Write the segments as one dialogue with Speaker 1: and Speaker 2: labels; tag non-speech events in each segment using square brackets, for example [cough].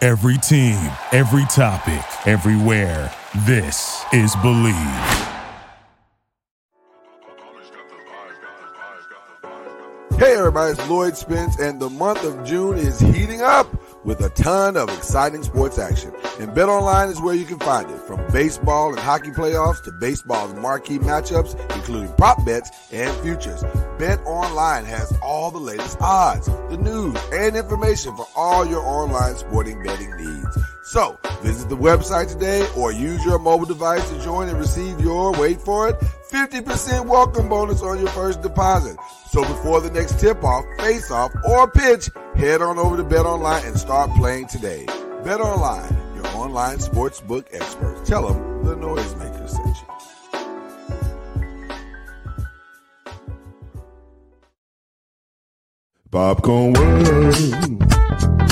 Speaker 1: Every team, every topic, everywhere. This is Believe.
Speaker 2: Hey everybody, it's Lloyd Spence and the month of June is heating up with a ton of exciting sports action. And BetOnline is where you can find it, from baseball and hockey playoffs to baseball's marquee matchups, including prop bets and futures. BetOnline has all the latest odds, the news, and information for all your online sporting betting needs. So, visit the website today or use your mobile device to join and receive your, wait for it, 50% welcome bonus on your first deposit. So before the next tip off, face off, or pitch, head on over to Bet Online and start playing today. Bet Online, your online sportsbook experts. Tell them the noisemakers sent you.
Speaker 3: Popcorn World.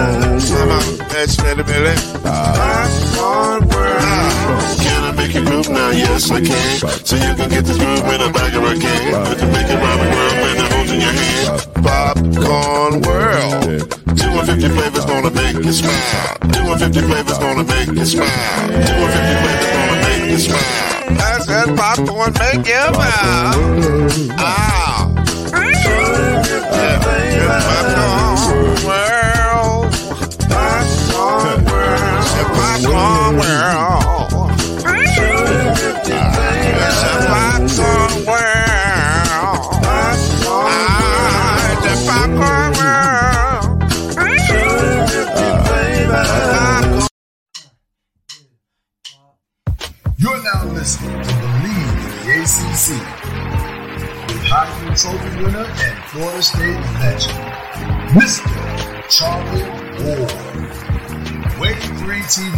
Speaker 4: That's better, Billy. Popcorn World. Can I make you move now? Yes, I can. So you can get this move in a bag of a can. I can make it round the world when I'm holding your hand. Popcorn World. 250 flavors gonna make you smile. 250 flavors gonna make you smile. 250 flavors gonna make you smile. I said popcorn make you smile. Ah.
Speaker 5: You're now listening to Believe in the ACC with Heisman Trophy winner and Florida State legend, Mr. Charlie Ward, Wake 3 TV,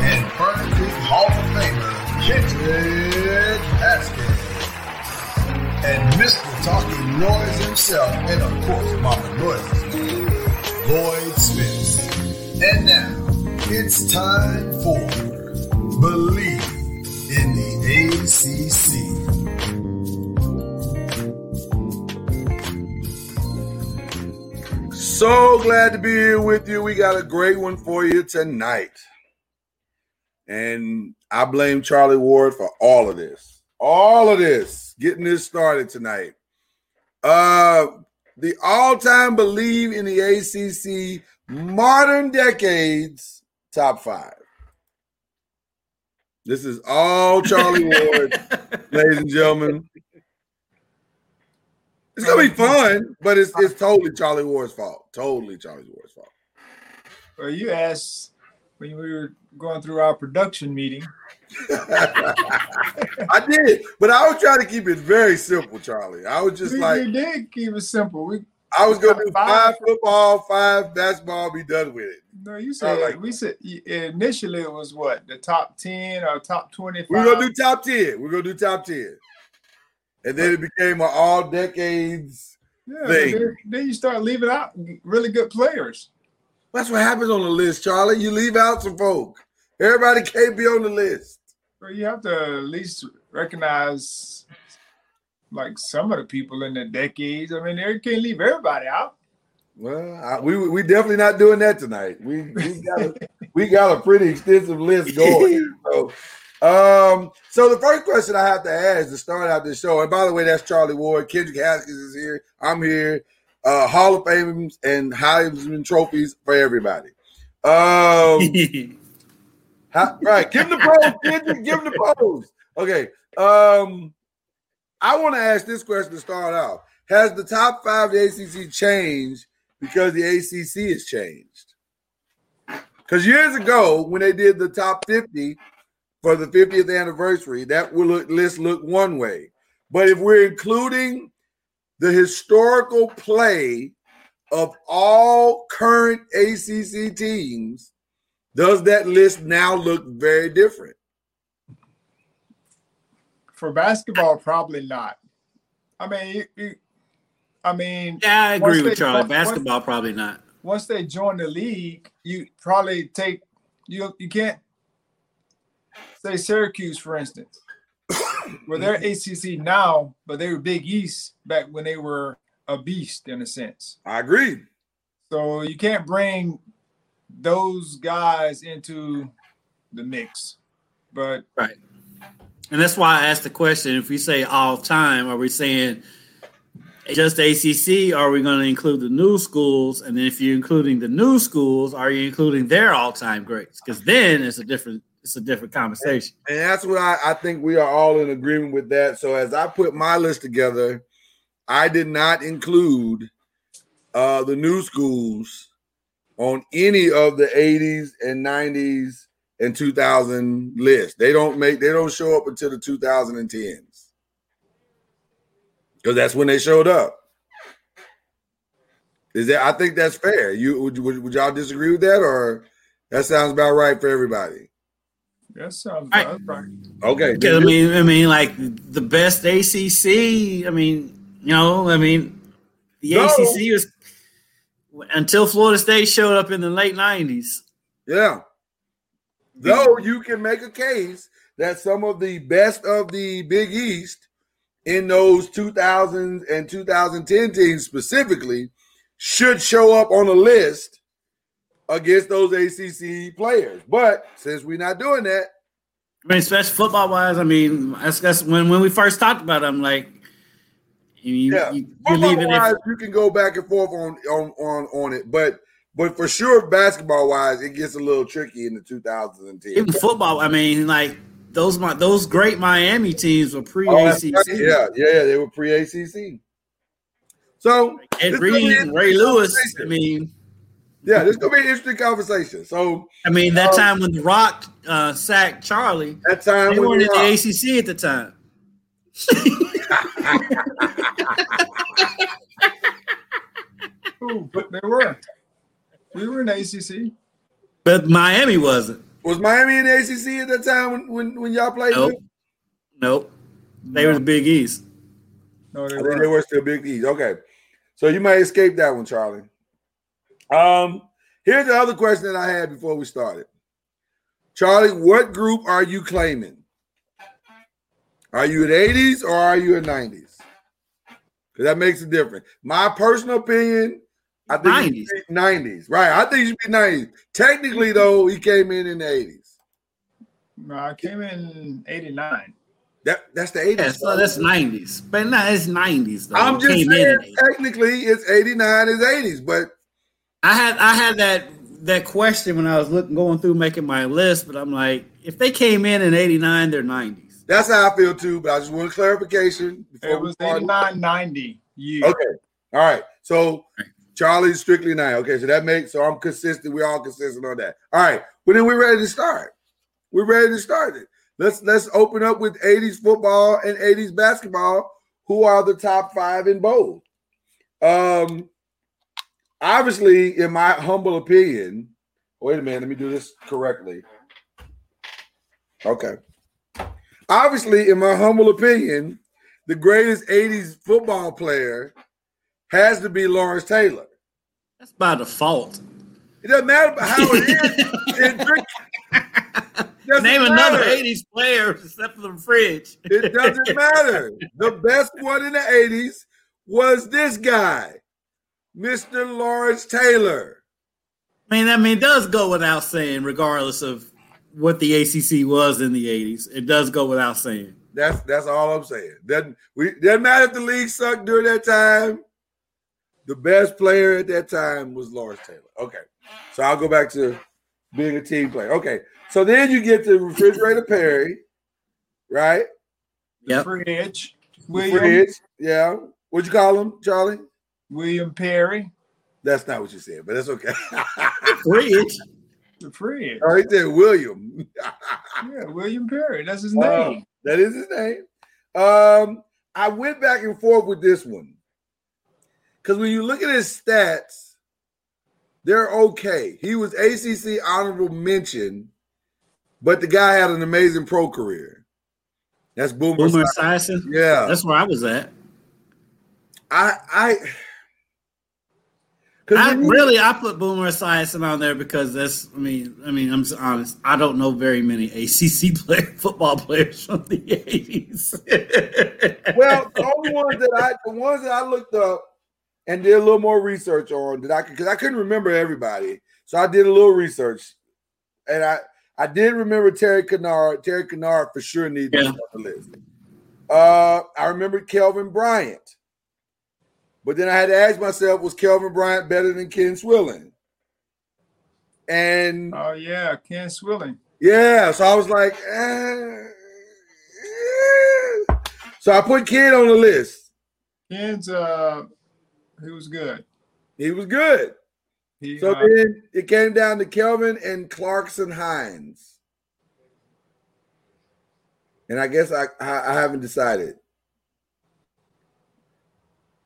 Speaker 5: and Burning Hall of Famer, Kendrick Haskins, and Mr. Talking Noise himself, and of course, Mama Noise's man, Lloyd Smith. And now, it's time for Believe in the ACC.
Speaker 2: So glad to be here with you. We got a great one for you tonight. And I blame Charlie Ward for all of this. All of this. Getting this started tonight. Uh the all-time believe in the ACC modern decades top 5. This is all Charlie Ward, ladies and gentlemen. It's gonna be fun, but it's it's totally Charlie Ward's fault. Totally Charlie Ward's fault.
Speaker 6: Well, you asked when we were going through our production meeting.
Speaker 2: I did, but I was trying to keep it very simple, Charlie. I was just
Speaker 6: we,
Speaker 2: like
Speaker 6: we did keep it simple. We
Speaker 2: I was gonna do five
Speaker 6: Five.
Speaker 2: football, five basketball, be done with it.
Speaker 6: no, you said
Speaker 2: like-
Speaker 6: we said initially it was what the top ten or top twenty-five.
Speaker 2: We We're gonna do top ten. We're gonna do top ten. And then it became an all decades.
Speaker 6: yeah, but
Speaker 2: thing.
Speaker 6: Then, then you start leaving out really good players.
Speaker 2: That's what happens on the list, Charlie. You leave out some folk. Everybody can't be on the list.
Speaker 6: So you have to at least recognize like some of the people in the decades. I mean, they can't leave everybody out.
Speaker 2: Well, I, we we definitely not doing that tonight. We we got a, we got a pretty extensive list going. So, um, so the first question I have to ask to start out this show, and by the way, that's Charlie Ward. Kendrick Haskins is here. I'm here. Uh, Hall of Fame and Heisman trophies for everybody. Um, how, right, give him the pose, Kendrick. Give him the pose. Okay. Um, I want to ask this question to start off. Has the top five of the ACC changed because the ACC has changed? Because years ago, when they did the top 50 for the 50th anniversary, that will look, list looked one way. But if we're including the historical play of all current ACC teams, does that list now look very different?
Speaker 6: For basketball, probably not. I mean, you, you, I mean,
Speaker 7: Yeah, I
Speaker 6: Once
Speaker 7: agree with
Speaker 6: they-
Speaker 7: Charlie.
Speaker 6: once-
Speaker 7: Basketball, probably not.
Speaker 6: once they join the league, you probably take you you can't say Syracuse, for instance. well, they're
Speaker 7: Mm-hmm.
Speaker 6: ACC now, but they were Big East back when they were a beast in a sense.
Speaker 3: I agree.
Speaker 6: So you can't bring those guys into the mix. But
Speaker 7: And that's why I asked the question: If we say all time, are we saying just ACC? Or are we going to include the new schools? And then, if you're including the new schools, are you including their all-time greats? Because then it's a different it's a different conversation.
Speaker 3: And that's what I, I think we are all in agreement with that. So as I put my list together, I did not include uh, the new schools on any of the 80s and 90s and 2000 list. They don't make they don't show up until the 2010s. Because that's when they showed up. Is that I think that's fair. You would, would, would y'all disagree with that or that sounds about right for everybody?
Speaker 6: that sounds
Speaker 7: Right.
Speaker 6: that's right.
Speaker 3: Okay.
Speaker 7: Because I mean, I mean, like the best ACC. I mean, you know, I mean, the
Speaker 3: No.
Speaker 7: ACC was until Florida State showed up in the late '90s.
Speaker 3: Yeah. Though you can make a case that some of the best of the Big East in those 2000 and 2010 teams specifically should show up on a list against those ACC players. But since we're not doing that,
Speaker 7: I mean, especially football wise. I mean, that's, that's when when we first talked about. It, I'm like, you, you-
Speaker 3: Yeah.
Speaker 7: you, you're leaving
Speaker 3: football
Speaker 7: it.
Speaker 3: wise, you can go back and forth on, on on on it, but but for sure, basketball wise, it gets a little tricky in the 2010.
Speaker 7: Even football. I mean, like those Mi- those great Miami teams were pre
Speaker 3: Oh,
Speaker 7: ACC.
Speaker 3: that's right. yeah, yeah, yeah, they were pre ACC. So
Speaker 7: Ed
Speaker 3: this gonna be
Speaker 7: Reed,
Speaker 3: an
Speaker 7: Ray
Speaker 3: interesting
Speaker 7: Lewis. I
Speaker 3: conversation.
Speaker 7: mean,
Speaker 3: yeah, this is gonna be an interesting conversation. So
Speaker 7: I mean that
Speaker 3: Um,
Speaker 7: time when The Rock uh, sacked Charlie,
Speaker 3: that time
Speaker 7: they
Speaker 3: when
Speaker 7: weren't in
Speaker 3: we uh,
Speaker 7: the ACC at the time.
Speaker 6: Ooh, but they were. We were in ACC.
Speaker 7: But Miami wasn't.
Speaker 3: was Miami in the ACC at that time when when, when y'all played.
Speaker 7: Nope.
Speaker 3: them?
Speaker 7: Nope. They were the Big East.
Speaker 6: No, they
Speaker 3: I think they
Speaker 6: were.
Speaker 3: were still Big East. Okay, so you might escape that one, Charlie. Um, here's the other question that I had before we started, Charlie. What group are you claiming? Are you in the 80s or are you in 90s? Because that makes a difference. My personal opinion, I think 90s.
Speaker 7: 90s.
Speaker 3: 90s. Right. I think you should be 90s. Technically, though, he came in in the 80s.
Speaker 6: No, I came in '89.
Speaker 3: That that's the 80s.
Speaker 7: Yeah, so that's 90s. But no, it's 90s though.
Speaker 3: I'm
Speaker 7: It
Speaker 3: just
Speaker 7: came in
Speaker 3: saying,
Speaker 7: at 80s.
Speaker 3: technically, it's 89 is 80s, but
Speaker 7: I had I had that that question when I was looking going through making my list, but I'm like, if they came in in '89, they're '90s.
Speaker 3: that's how I feel too. But I just want clarification. before
Speaker 6: It
Speaker 3: we
Speaker 6: was
Speaker 3: start.
Speaker 6: 89 90 year.
Speaker 3: Oh, Okay. All right. So Charlie's strictly nine. Okay. So that makes so I'm consistent. We're all consistent on that. All right. Well, then we're ready to start. We're ready to start it. Let's let's open up with 80s football and 80s basketball. Who are the top five in both? Um, obviously, in my humble opinion, wait a minute, let me do this correctly. Okay. Obviously, in my humble opinion, the greatest 80s football player has to be Lawrence Taylor.
Speaker 7: That's by default.
Speaker 3: It doesn't matter how it
Speaker 7: [laughs]
Speaker 3: is. It doesn't
Speaker 7: Name
Speaker 3: matter.
Speaker 7: another '80s player [laughs] except for the fridge.
Speaker 3: It doesn't matter. The best one in the 80s was this guy, Mr. Lawrence Taylor.
Speaker 7: I mean, I mean, it does go without saying, regardless of what the ACC was in the '80s. It does go without saying.
Speaker 3: That's that's all I'm saying. Doesn't we doesn't matter if the league sucked during that time. The best player at that time was Lawrence Taylor. Okay. So I'll go back to being a team player. Okay. So then you get to refrigerator Perry, right?
Speaker 7: Yep.
Speaker 6: Fridge, William,
Speaker 3: Fridge. Yeah. What'd you call him, Charlie?
Speaker 6: William Perry,
Speaker 3: That's not what you said, but that's okay. [laughs]
Speaker 7: Fridge.
Speaker 6: the Fridge.
Speaker 3: All right there, William. [laughs]
Speaker 6: Yeah, William Perry. That's his
Speaker 3: Wow.
Speaker 6: name.
Speaker 3: That is his name. Um, I went back and forth with this one because when you look at his stats, they're okay. He was ACC honorable mention, but the guy had an amazing pro career. That's Boomer.
Speaker 7: Boomer
Speaker 3: Esiason.
Speaker 7: Esiason.
Speaker 3: Yeah,
Speaker 7: That's where I was at.
Speaker 3: I I. 'cause
Speaker 7: I
Speaker 3: when you-
Speaker 7: really I put Boomer Esiason on there because that's I mean I mean I'm just honest I don't know very many ACC play, [laughs] football players from the 80s.
Speaker 3: well, the only ones that I the ones that I looked up and did a little more research on that I could because I couldn't remember everybody, so I did a little research, and I I did remember Terry Kennard. Terry Kennard for sure needs to be
Speaker 7: Yeah.
Speaker 3: on the list. Uh, I remember Kelvin Bryant, but then I had to ask myself, was Kelvin Bryant better than Ken Swilling? And
Speaker 6: Oh yeah, Ken Swilling.
Speaker 3: yeah, so I was like, eh, eh. so I put Kid on the list.
Speaker 6: Ken's uh, he was good.
Speaker 3: He was good.
Speaker 6: He,
Speaker 3: So
Speaker 6: uh,
Speaker 3: then it came down to Kelvin and Clarkson Hines. And I guess I I, I haven't decided.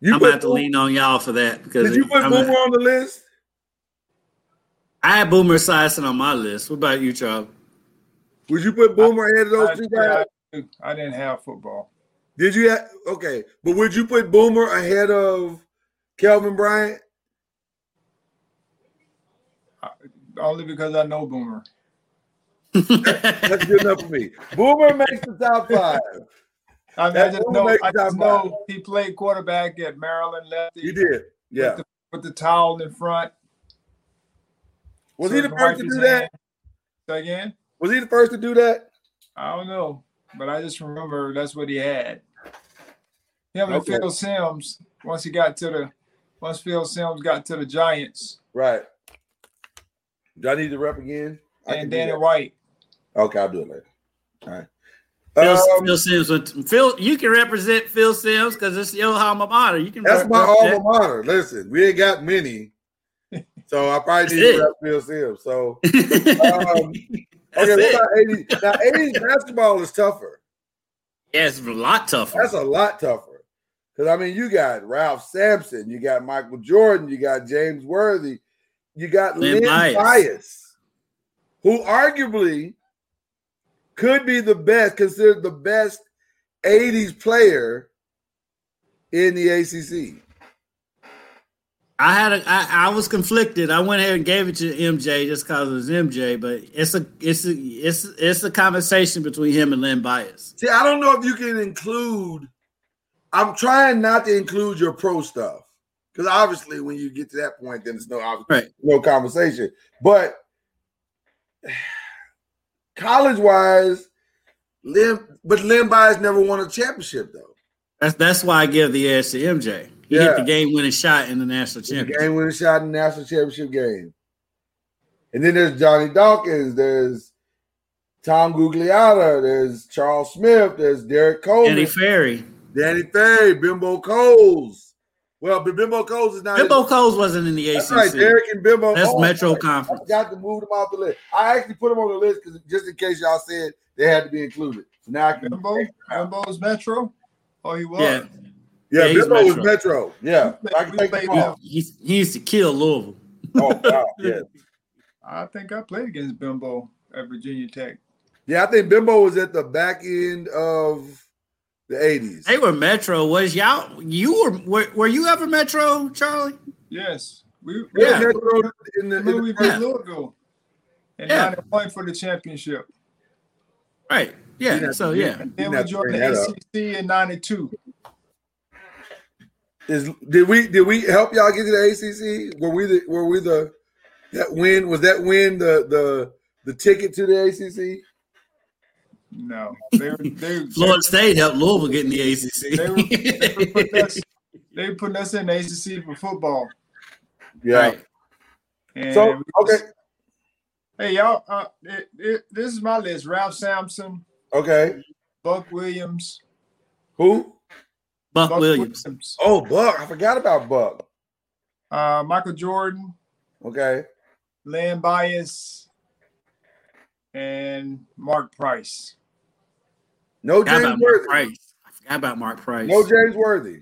Speaker 3: You
Speaker 7: I'm
Speaker 3: put
Speaker 7: gonna have to
Speaker 3: Boomer-
Speaker 7: lean on y'all for that because
Speaker 3: Did you put
Speaker 7: I'm
Speaker 3: Boomer
Speaker 7: a,
Speaker 3: on the list?
Speaker 7: i had Boomer Esiason on my list. What about you, Charles?
Speaker 3: Would you put Boomer ahead of those
Speaker 6: I,
Speaker 3: two guys?
Speaker 6: I, I didn't have football.
Speaker 3: Did you? Ha- okay, but would you put Boomer ahead of Kelvin Bryant?
Speaker 6: Only because I know Boomer.
Speaker 3: That's good enough for
Speaker 7: [laughs]
Speaker 3: me. Boomer makes the top five.
Speaker 6: I, mean, I
Speaker 3: That
Speaker 6: just
Speaker 3: Boomer
Speaker 6: know.
Speaker 3: makes
Speaker 6: I
Speaker 3: the top
Speaker 6: just
Speaker 3: five.
Speaker 6: know he played quarterback at Maryland. Lefty.
Speaker 3: You did, yeah.
Speaker 6: With the, with the towel in front.
Speaker 3: Was
Speaker 6: so
Speaker 3: he the
Speaker 6: to wipe
Speaker 3: first to
Speaker 6: his
Speaker 3: do that?
Speaker 6: hand. Say again?
Speaker 3: Was he the first to do that?
Speaker 6: I don't know, but I just remember that's what he had. Him and
Speaker 3: Okay.
Speaker 6: Phil Sims. Once he got to the, once Phil Sims got to the Giants
Speaker 3: Right. Do I need to rep again? I can
Speaker 6: and
Speaker 3: do
Speaker 6: Danny
Speaker 3: that.
Speaker 6: White.
Speaker 3: Okay, I'll do it later. All right.
Speaker 7: Phil,
Speaker 3: Um,
Speaker 7: Phil Sims. went to- Phil, you can represent Phil Sims because it's your alma mater. You can.
Speaker 3: that's my
Speaker 7: represent-
Speaker 3: alma mater. Listen, we ain't got many, so I probably need
Speaker 7: That's
Speaker 3: to rep Phil Sims. So um,
Speaker 7: That's
Speaker 3: okay, what
Speaker 7: it.
Speaker 3: about eighty? Now, eighties basketball is tougher.
Speaker 7: [laughs] Yeah, it's a lot tougher.
Speaker 3: That's a lot tougher. Because I mean, you got Ralph Sampson, you got Michael Jordan, you got James Worthy, you got
Speaker 7: Lynn
Speaker 3: Lynn
Speaker 7: Bias.
Speaker 3: Bias, who arguably could be the best, considered the best '80s player in the ACC.
Speaker 7: I had a, I, I was conflicted. I went ahead and gave it to MJ just because it was MJ, but it's a it's a it's it's a conversation between him and Lynn Bias.
Speaker 3: See, I don't know if you can include. I'm trying not to include your pro stuff because obviously, when you get to that point, then it's no ob-
Speaker 7: Right.
Speaker 3: no conversation. But [sighs] college wise, Lim but Lim Bias never won a championship though.
Speaker 7: That's that's why I give the edge to MJ. He
Speaker 3: Yeah.
Speaker 7: hit the game winning shot in the national
Speaker 3: He's a
Speaker 7: championship.
Speaker 3: Game winning shot in the national championship game. And then there's Johnny Dawkins. There's Tom Gugliotta. There's Charles Smith. There's Derek Coleman.
Speaker 7: Danny Ferry.
Speaker 3: Danny Ferry, Bimbo Coles. Well, but Bimbo Coles is not.
Speaker 7: Bimbo Coles wasn't in the
Speaker 3: That's
Speaker 7: ACC.
Speaker 3: right, Derek and Bimbo.
Speaker 7: That's
Speaker 3: oh,
Speaker 7: Metro
Speaker 3: right. I
Speaker 7: Conference.
Speaker 3: forgot to move them off the list. I actually put them on the list because just in case y'all said they had to be included. So now I can.
Speaker 6: Bimbo, Bimbo's Metro. Oh, he was.
Speaker 7: Yeah,
Speaker 3: Yeah,
Speaker 7: Yeah, he's
Speaker 3: Bimbo was
Speaker 7: Metro.
Speaker 3: Metro. Yeah,
Speaker 6: We
Speaker 3: I can
Speaker 6: played-
Speaker 3: take them
Speaker 6: we played
Speaker 3: off.
Speaker 7: he, he used to kill Louisville.
Speaker 3: Oh,
Speaker 7: [laughs]
Speaker 3: wow. Yeah.
Speaker 6: I think I played against Bimbo at Virginia Tech.
Speaker 3: Yeah, I think Bimbo was at the back end of the 80s.
Speaker 7: They were Metro. Was y'all? You were, were? Were you ever Metro, Charlie?
Speaker 6: Yes, we
Speaker 3: They were
Speaker 7: Yeah.
Speaker 3: Metro in the, in
Speaker 6: remember we
Speaker 3: the
Speaker 6: beat
Speaker 7: Yeah.
Speaker 6: Louisville and
Speaker 7: Yeah.
Speaker 6: yeah. point for the championship.
Speaker 7: Right. Yeah. So yeah.
Speaker 6: Then
Speaker 3: not
Speaker 6: we joined
Speaker 3: bringing that
Speaker 6: the
Speaker 3: up.
Speaker 6: ACC in '92.
Speaker 3: Is did we did we help y'all get to the ACC? Were we the were we the that win was that win the the the ticket to the ACC?
Speaker 6: No,
Speaker 7: [laughs]
Speaker 6: they were, they,
Speaker 7: Florida State helped Louisville get in the [laughs]
Speaker 6: they, were, they were
Speaker 7: ACC. [laughs]
Speaker 6: putting us, they were putting us in the ACC for football.
Speaker 7: Right.
Speaker 6: And
Speaker 3: So
Speaker 6: we
Speaker 3: okay,
Speaker 6: just- hey y'all, uh, it, it, this is my list: Ralph Sampson,
Speaker 3: okay.
Speaker 6: Buck Williams,
Speaker 3: Who?
Speaker 7: Buck Williams.
Speaker 6: Williams,
Speaker 3: Oh, Buck. I forgot about Buck.
Speaker 6: uh, Michael Jordan,
Speaker 3: Okay.
Speaker 6: Land Bias, and Mark Price.
Speaker 3: No
Speaker 7: forgot about
Speaker 3: James
Speaker 7: Mark
Speaker 3: Worthy.
Speaker 7: Price. I forgot about Mark Price.
Speaker 3: No James Worthy.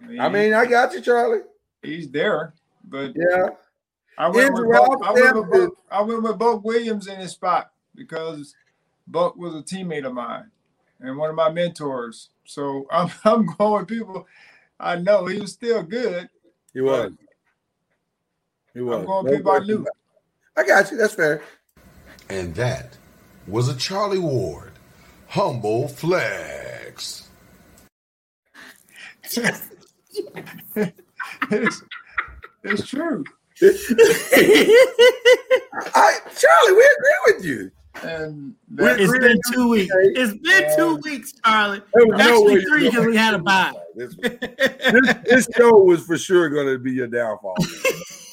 Speaker 6: I mean,
Speaker 7: Mm-hmm.
Speaker 3: I mean, I got you, Charlie.
Speaker 6: he's there, but
Speaker 3: Yeah.
Speaker 6: I went,
Speaker 3: Is
Speaker 6: with Buck,
Speaker 3: Ralph
Speaker 6: I, went with
Speaker 3: Sampson-
Speaker 6: Buck, I went with Buck Williams in his spot because Buck was a teammate of mine. and one of my mentors. So [laughs] I'm I'm going with people I know. He was still good.
Speaker 3: He was. He was.
Speaker 6: I'm
Speaker 3: No
Speaker 6: going with people I
Speaker 3: question
Speaker 6: knew.
Speaker 3: about it. I got you. That's fair.
Speaker 4: And that was a Charlie Ward humble flex.
Speaker 6: [laughs] It's, it's true.
Speaker 3: I Charlie, we agree with you.
Speaker 6: And that,
Speaker 7: It's been two weeks. It's been two weeks, Charlie. [laughs] Actually, three because we had a bye.
Speaker 3: This, this show was for sure going to be your downfall.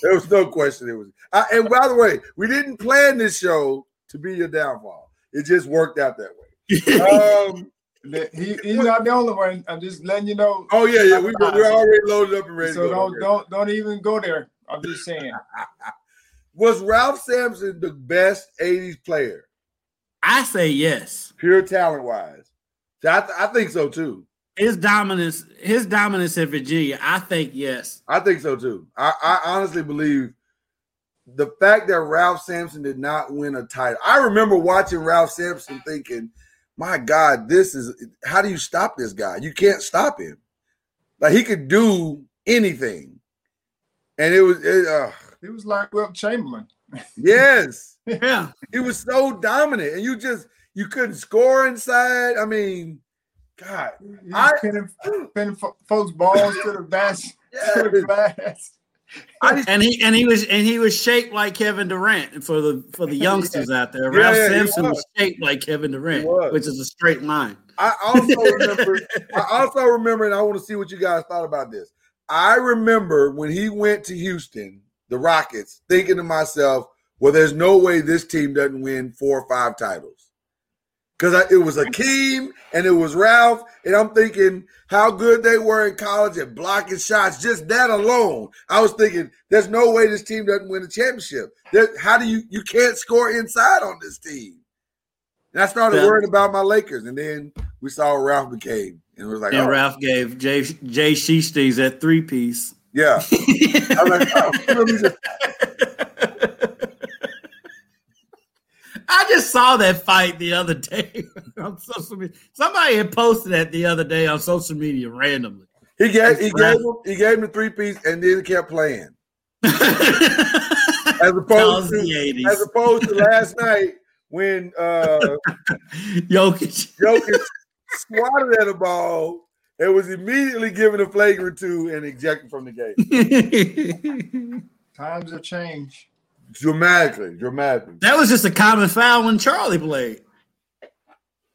Speaker 3: there was no question. It was. I, and by the way, we didn't plan this show to be your downfall. It just worked out that way. Um,
Speaker 6: that he, he's not the only one. I'm just letting you know.
Speaker 3: oh yeah, yeah. We, we're already loaded up and ready.
Speaker 6: So
Speaker 3: to go.
Speaker 6: don't don't don't even go there. I'm just saying.
Speaker 3: Was Ralph Sampson the best '80s player,
Speaker 7: I say yes.
Speaker 3: pure talent wise? I, th- I think so too.
Speaker 7: His dominance, his dominance in Virginia, I think yes.
Speaker 3: I think so too. I, I honestly believe the fact that Ralph Sampson did not win a title. I remember watching Ralph Sampson thinking, "My God, this is how do you stop this guy? You can't stop him. Like he could do anything." And it was it, uh,
Speaker 6: He was like Will Chamberlain.
Speaker 3: yes,
Speaker 7: Yeah.
Speaker 3: he was so dominant, and you just you couldn't score inside. I mean, God,
Speaker 6: He was
Speaker 3: I-
Speaker 6: pinning, pinning fo- folks' balls to the basket.
Speaker 3: [laughs]
Speaker 6: To the
Speaker 3: yes.
Speaker 6: glass.
Speaker 7: And he and he was and he was shaped like Kevin Durant for the
Speaker 3: [laughs]
Speaker 7: for the youngsters out there.
Speaker 3: Yeah,
Speaker 7: Ralph
Speaker 3: yeah, he
Speaker 7: Sampson
Speaker 3: was.
Speaker 7: was shaped like Kevin Durant,
Speaker 3: He was.
Speaker 7: which is a straight line.
Speaker 3: I also remember. I also remember, and I want to see what you guys thought about this. I remember when he went to Houston, the Rockets, thinking to myself, "Well, there's no way this team doesn't win four or five titles." Because it was Akeem and it was Ralph, and I'm thinking how good they were in college at blocking shots. Just that alone, I was thinking, "There's no way this team doesn't win a championship." There- how do you you can't score inside on this team? And I started
Speaker 7: Yeah.
Speaker 3: worrying about my Lakers, and then we saw Ralph became, and it was like,
Speaker 7: And
Speaker 3: oh,
Speaker 7: Ralph gave Jay Jay Sheesties that three
Speaker 3: [laughs]
Speaker 7: piece.
Speaker 3: yeah. I was like, oh, let me just-
Speaker 7: I just saw that fight the other day [laughs] on social media. Somebody had posted that the other day on social media randomly. [laughs]
Speaker 3: he gave he gave him he gave him the three piece, and then he kept playing.
Speaker 7: that
Speaker 3: As
Speaker 7: was
Speaker 3: opposed to as
Speaker 7: the
Speaker 3: opposed to last night when uh
Speaker 7: 80s. Jokic. [laughs]
Speaker 3: Jokic swatted at a ball and was immediately given a flagrant two and ejected from the game
Speaker 7: that
Speaker 6: Times have changed.
Speaker 3: dramatically, dramatically.
Speaker 7: was just a common foul when Charlie played.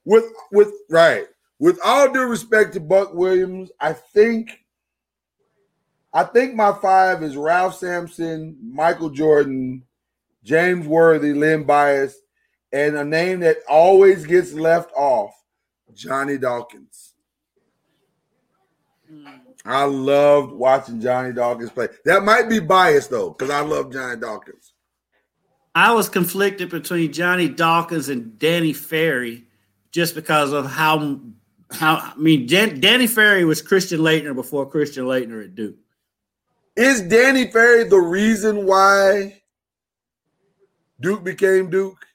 Speaker 3: With with right. With all due respect to Buck Williams, I think I think my five is Ralph Sampson, Michael Jordan, James Worthy, Lynn Bias, and a name that always gets left off, Johnny Dawkins. I loved watching Johnny Dawkins play. That might be biased though, because I love Johnny Dawkins.
Speaker 7: I was conflicted between Johnny Dawkins and Danny Ferry just because of how how I mean Dan, Danny Ferry was Christian Leitner before Christian Leitner at Duke.
Speaker 3: Is Danny Ferry the reason why Duke became Duke?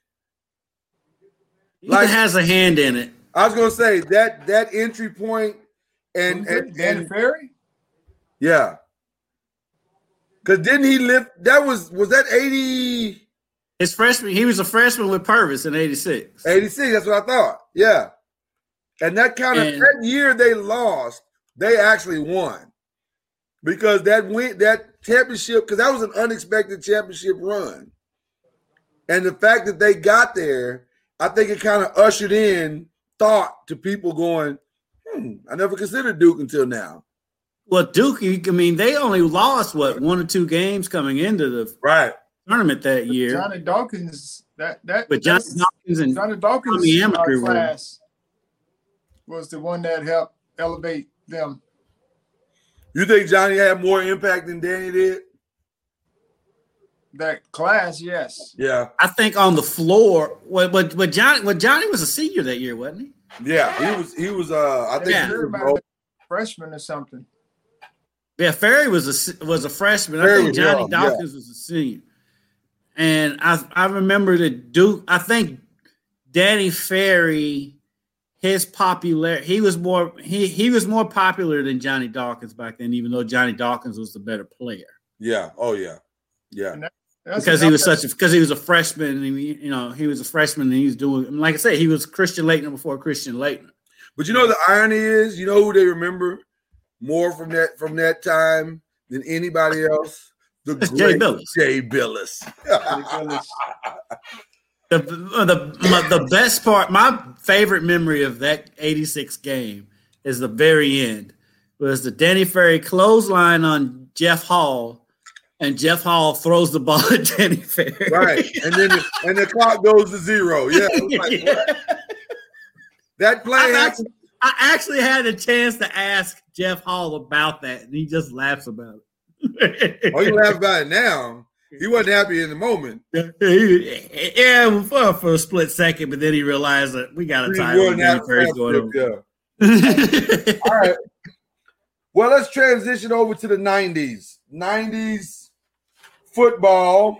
Speaker 7: He
Speaker 3: Like-
Speaker 7: has a hand in it.
Speaker 3: I was gonna say that that entry point and, and,
Speaker 6: Danny
Speaker 3: and
Speaker 6: Ferry?
Speaker 3: yeah. Cause didn't he lift that was was that 80
Speaker 7: His freshman, he was a freshman with Purvis in '86.
Speaker 3: 86, that's what I thought. Yeah. And that kind of
Speaker 7: And-
Speaker 3: that year they lost, they actually won. Because that went that championship, because that was an unexpected championship run. And the fact that they got there, I think it kind of ushered in thought to people going, hmm, I never considered Duke until now.
Speaker 7: Well, Duke, you- I mean, they only lost what one or two games coming into the
Speaker 3: Right.
Speaker 7: tournament that year.
Speaker 6: Johnny Dawkins. That that
Speaker 7: But Johnny
Speaker 6: that's-
Speaker 7: Dawkins and
Speaker 6: Johnny Dawkins
Speaker 7: Tommy
Speaker 6: uh,
Speaker 7: Amaker were-
Speaker 6: class was the one that helped elevate them.
Speaker 3: You think Johnny had more impact than Danny did?
Speaker 6: That class, yes.
Speaker 3: Yeah.
Speaker 7: I think on the floor, well, but but Johnny, well, Johnny was a senior that year, wasn't he?
Speaker 3: Yeah. He was he was uh I think
Speaker 7: Yeah.
Speaker 3: he was
Speaker 6: Everybody
Speaker 3: old.
Speaker 6: freshman or something.
Speaker 7: Yeah, Ferry was a se- was a freshman. I
Speaker 3: Ferry
Speaker 7: think
Speaker 3: was
Speaker 7: Johnny
Speaker 3: young, yeah.
Speaker 7: Dawkins was a senior, and I I remember that Duke. I think Danny Ferry his popular he was more he he was more popular than Johnny Dawkins back then, even though Johnny Dawkins was the better player
Speaker 3: Yeah. Oh yeah. Yeah.
Speaker 6: That's
Speaker 7: because he was
Speaker 6: another-
Speaker 7: such a because he was a freshman and he, you know he was a freshman and he was doing and like I said he was Christian Leitner before Christian Leitner.
Speaker 3: But you know the irony is, you know who they remember more from that from that time than anybody else. The
Speaker 7: That's
Speaker 3: great
Speaker 7: Jay Billis.
Speaker 3: Jay Billis.
Speaker 7: The the my- the best part, my favorite memory of that '86 game is the very end. Was the Danny Ferry clothesline on Jeff Hall, and Jeff Hall throws the ball [laughs] at Danny Ferry.
Speaker 3: right. And then the, and the clock goes to zero. Yeah. it was like,
Speaker 7: [laughs] Yeah.
Speaker 3: That play
Speaker 7: I've
Speaker 3: happened.
Speaker 7: actually, [laughs] I actually had a chance to ask Jeff Hall about that, and he just laughs about it.
Speaker 3: Oh, you laugh about it now. He wasn't happy in the moment.
Speaker 7: yeah, for, for a split second, but then he realized that we got
Speaker 3: He
Speaker 7: a title.
Speaker 3: wasn't
Speaker 7: and Danny
Speaker 3: happy
Speaker 7: Ferry's
Speaker 3: after it,
Speaker 7: going
Speaker 3: yeah.
Speaker 7: over.
Speaker 3: All right. Well, let's transition over to the 90s. 90s football.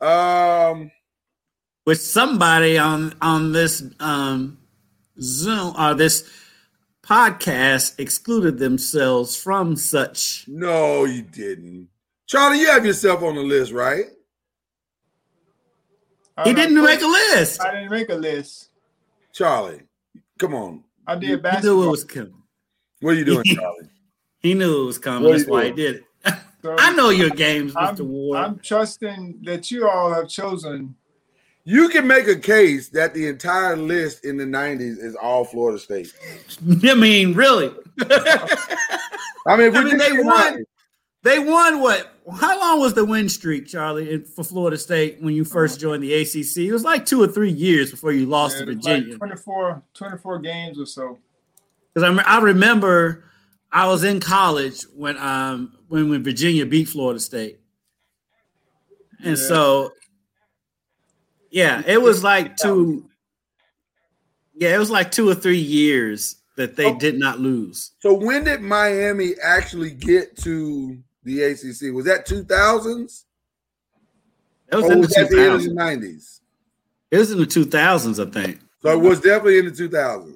Speaker 3: Um,
Speaker 7: [laughs] with somebody on on this um Zoom or this podcast excluded themselves from such.
Speaker 3: no, you didn't. Charlie, you have yourself on the list, right?
Speaker 6: I
Speaker 7: He
Speaker 6: don't
Speaker 7: didn't
Speaker 6: know.
Speaker 7: make a list.
Speaker 6: I didn't make a list.
Speaker 3: Charlie, come on.
Speaker 6: I did
Speaker 7: He
Speaker 6: basketball.
Speaker 7: knew it was coming.
Speaker 3: What are you
Speaker 7: [laughs]
Speaker 3: doing, Charlie?
Speaker 7: He knew it was coming.
Speaker 3: What
Speaker 7: That's
Speaker 3: you
Speaker 7: why he
Speaker 3: doing?
Speaker 7: did it.
Speaker 6: So
Speaker 7: I know your games,
Speaker 6: I'm,
Speaker 7: Mr. Ward.
Speaker 6: I'm trusting that you all have chosen.
Speaker 3: You can make a case that the entire list in the 90s is all Florida State.
Speaker 7: [laughs] I mean, really.
Speaker 3: I mean, if
Speaker 7: I
Speaker 3: we just
Speaker 7: mean, they
Speaker 3: get
Speaker 7: won.
Speaker 3: honest,
Speaker 7: they won what? How long was the win streak, Charlie, in- for Florida State when you first joined the ACC? It was like two or three years before you lost
Speaker 6: Uh-huh. Yeah,
Speaker 7: to
Speaker 6: it was
Speaker 7: Virginia.
Speaker 6: Like 24, 24 games or so.
Speaker 7: because I, rem- I remember I was in college when um when, when Virginia beat Florida State, and
Speaker 6: Yeah.
Speaker 7: so yeah, it was like two. Yeah, it was like two or three years that they
Speaker 3: Oh.
Speaker 7: did not lose.
Speaker 3: So when did Miami actually get to the ACC? Was that 2000s?
Speaker 7: It was
Speaker 6: Oh,
Speaker 3: Or
Speaker 7: in the
Speaker 3: was that
Speaker 7: two
Speaker 3: the end of the
Speaker 7: thousands.
Speaker 3: 90s?
Speaker 7: It was in the two thousands, I think.
Speaker 3: So it was definitely in the 2000s.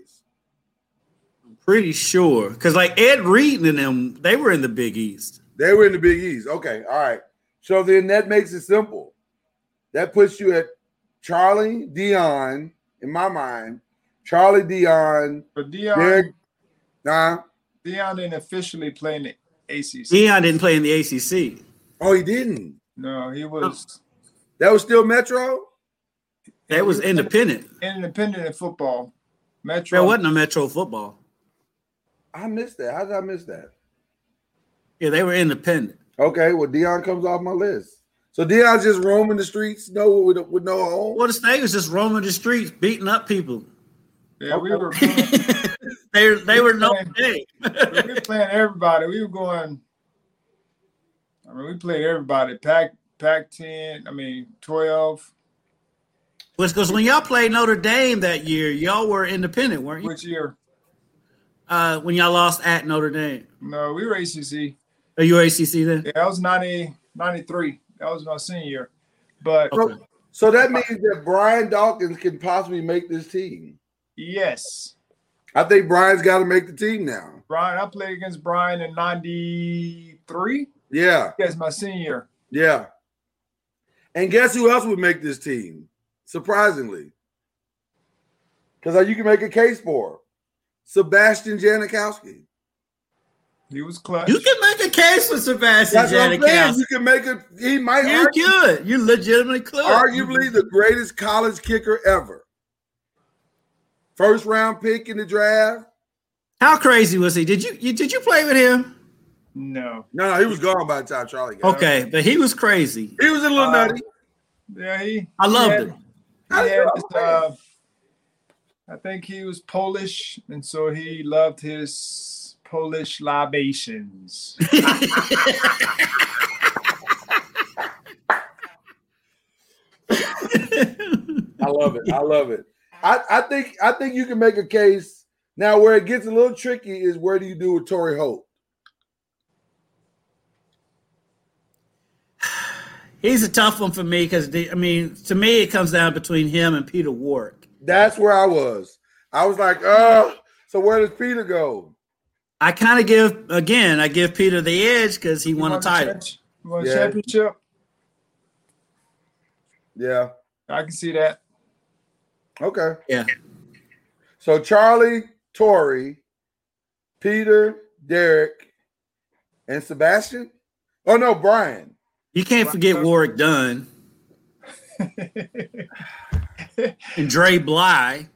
Speaker 7: Pretty sure, because like Ed Reed and them, they were in the Big East.
Speaker 3: They were in the Big East. Okay, all right. So then that makes it simple. That puts you at Charlie Dion, in my mind, Charlie Dion,
Speaker 6: But Dion,
Speaker 3: Derek, nah.
Speaker 6: Dion didn't officially play in the ACC.
Speaker 7: Deion didn't play in the ACC.
Speaker 3: Oh, he didn't.
Speaker 6: no, he was
Speaker 3: That was still Metro?
Speaker 7: That was independent.
Speaker 6: independent in football. Metro.
Speaker 3: Oh.
Speaker 7: There wasn't a Metro football.
Speaker 3: I missed that. How did I miss that?
Speaker 7: Yeah, they were independent.
Speaker 3: Okay, well, Dion comes off my list. So Dion's just roaming the streets, no with, with no home.
Speaker 7: Florida State was just roaming the streets, beating up people.
Speaker 6: Yeah, we were, playing,
Speaker 7: they they were no
Speaker 3: [laughs]
Speaker 7: [laughs] day.
Speaker 6: we were playing everybody. We were going. I mean, we played everybody. Pack, pack ten. I mean, twelve.
Speaker 7: Because when y'all played Notre Dame that year, y'all were independent, weren't you?
Speaker 6: Which year?
Speaker 7: Uh, when y'all lost at Notre Dame,
Speaker 6: No, we were ACC.
Speaker 7: are you ACC then?
Speaker 6: Yeah, that was 90, 93. That was my senior year. But
Speaker 3: So- So that means that Brian Dawkins can possibly make this team.
Speaker 6: yes,
Speaker 3: I think Brian's got to make the team now.
Speaker 6: Brian, I played against Brian in 93.
Speaker 3: Yeah,
Speaker 6: Yes, my senior year.
Speaker 3: yeah. And guess who else would make this team? Surprisingly, because you can make a case for her. Sebastian Janikowski.
Speaker 6: He was clutch.
Speaker 7: You can make a case for Sebastian
Speaker 3: That's what I'm saying.
Speaker 7: Janikowski.
Speaker 3: You can make a. He might
Speaker 7: You
Speaker 3: argue,
Speaker 7: could. You legitimately could.
Speaker 3: arguably the greatest college kicker ever. First round pick in the draft.
Speaker 7: How crazy was he? Did you, you did you play with him?
Speaker 6: no.
Speaker 3: No, no, he was gone by the time Charlie got. Okay.
Speaker 7: Okay, but he was crazy.
Speaker 3: He was a little
Speaker 6: Uh,
Speaker 3: nutty.
Speaker 6: Yeah, he.
Speaker 7: I loved
Speaker 6: yeah,
Speaker 7: him.
Speaker 3: How did
Speaker 6: Yeah,
Speaker 3: y'all
Speaker 6: just,
Speaker 3: play?
Speaker 6: uh, I think he was Polish, and so he loved his Polish libations.
Speaker 3: I love it. I love it. I, I think I think you can make a case now. Where it gets a little tricky is where do you do with Tory Holt?
Speaker 7: He's a tough one for me because I mean, to me, it comes down between him and Peter Warwick.
Speaker 3: That's where I was. I was like, oh, so where does Peter go?
Speaker 7: I kind of give again. I give Peter the edge because he
Speaker 6: You
Speaker 7: won a
Speaker 6: want the
Speaker 7: title.
Speaker 6: champ- You want a
Speaker 3: Yeah.
Speaker 6: championship?
Speaker 3: Yeah.
Speaker 6: I can see that. [laughs]
Speaker 3: Okay.
Speaker 7: Yeah.
Speaker 3: So Charlie, Tori, Peter, Derek, and Sebastian. Oh no, Brian.
Speaker 7: You can't forget Warwick Dunn and Dre Bly.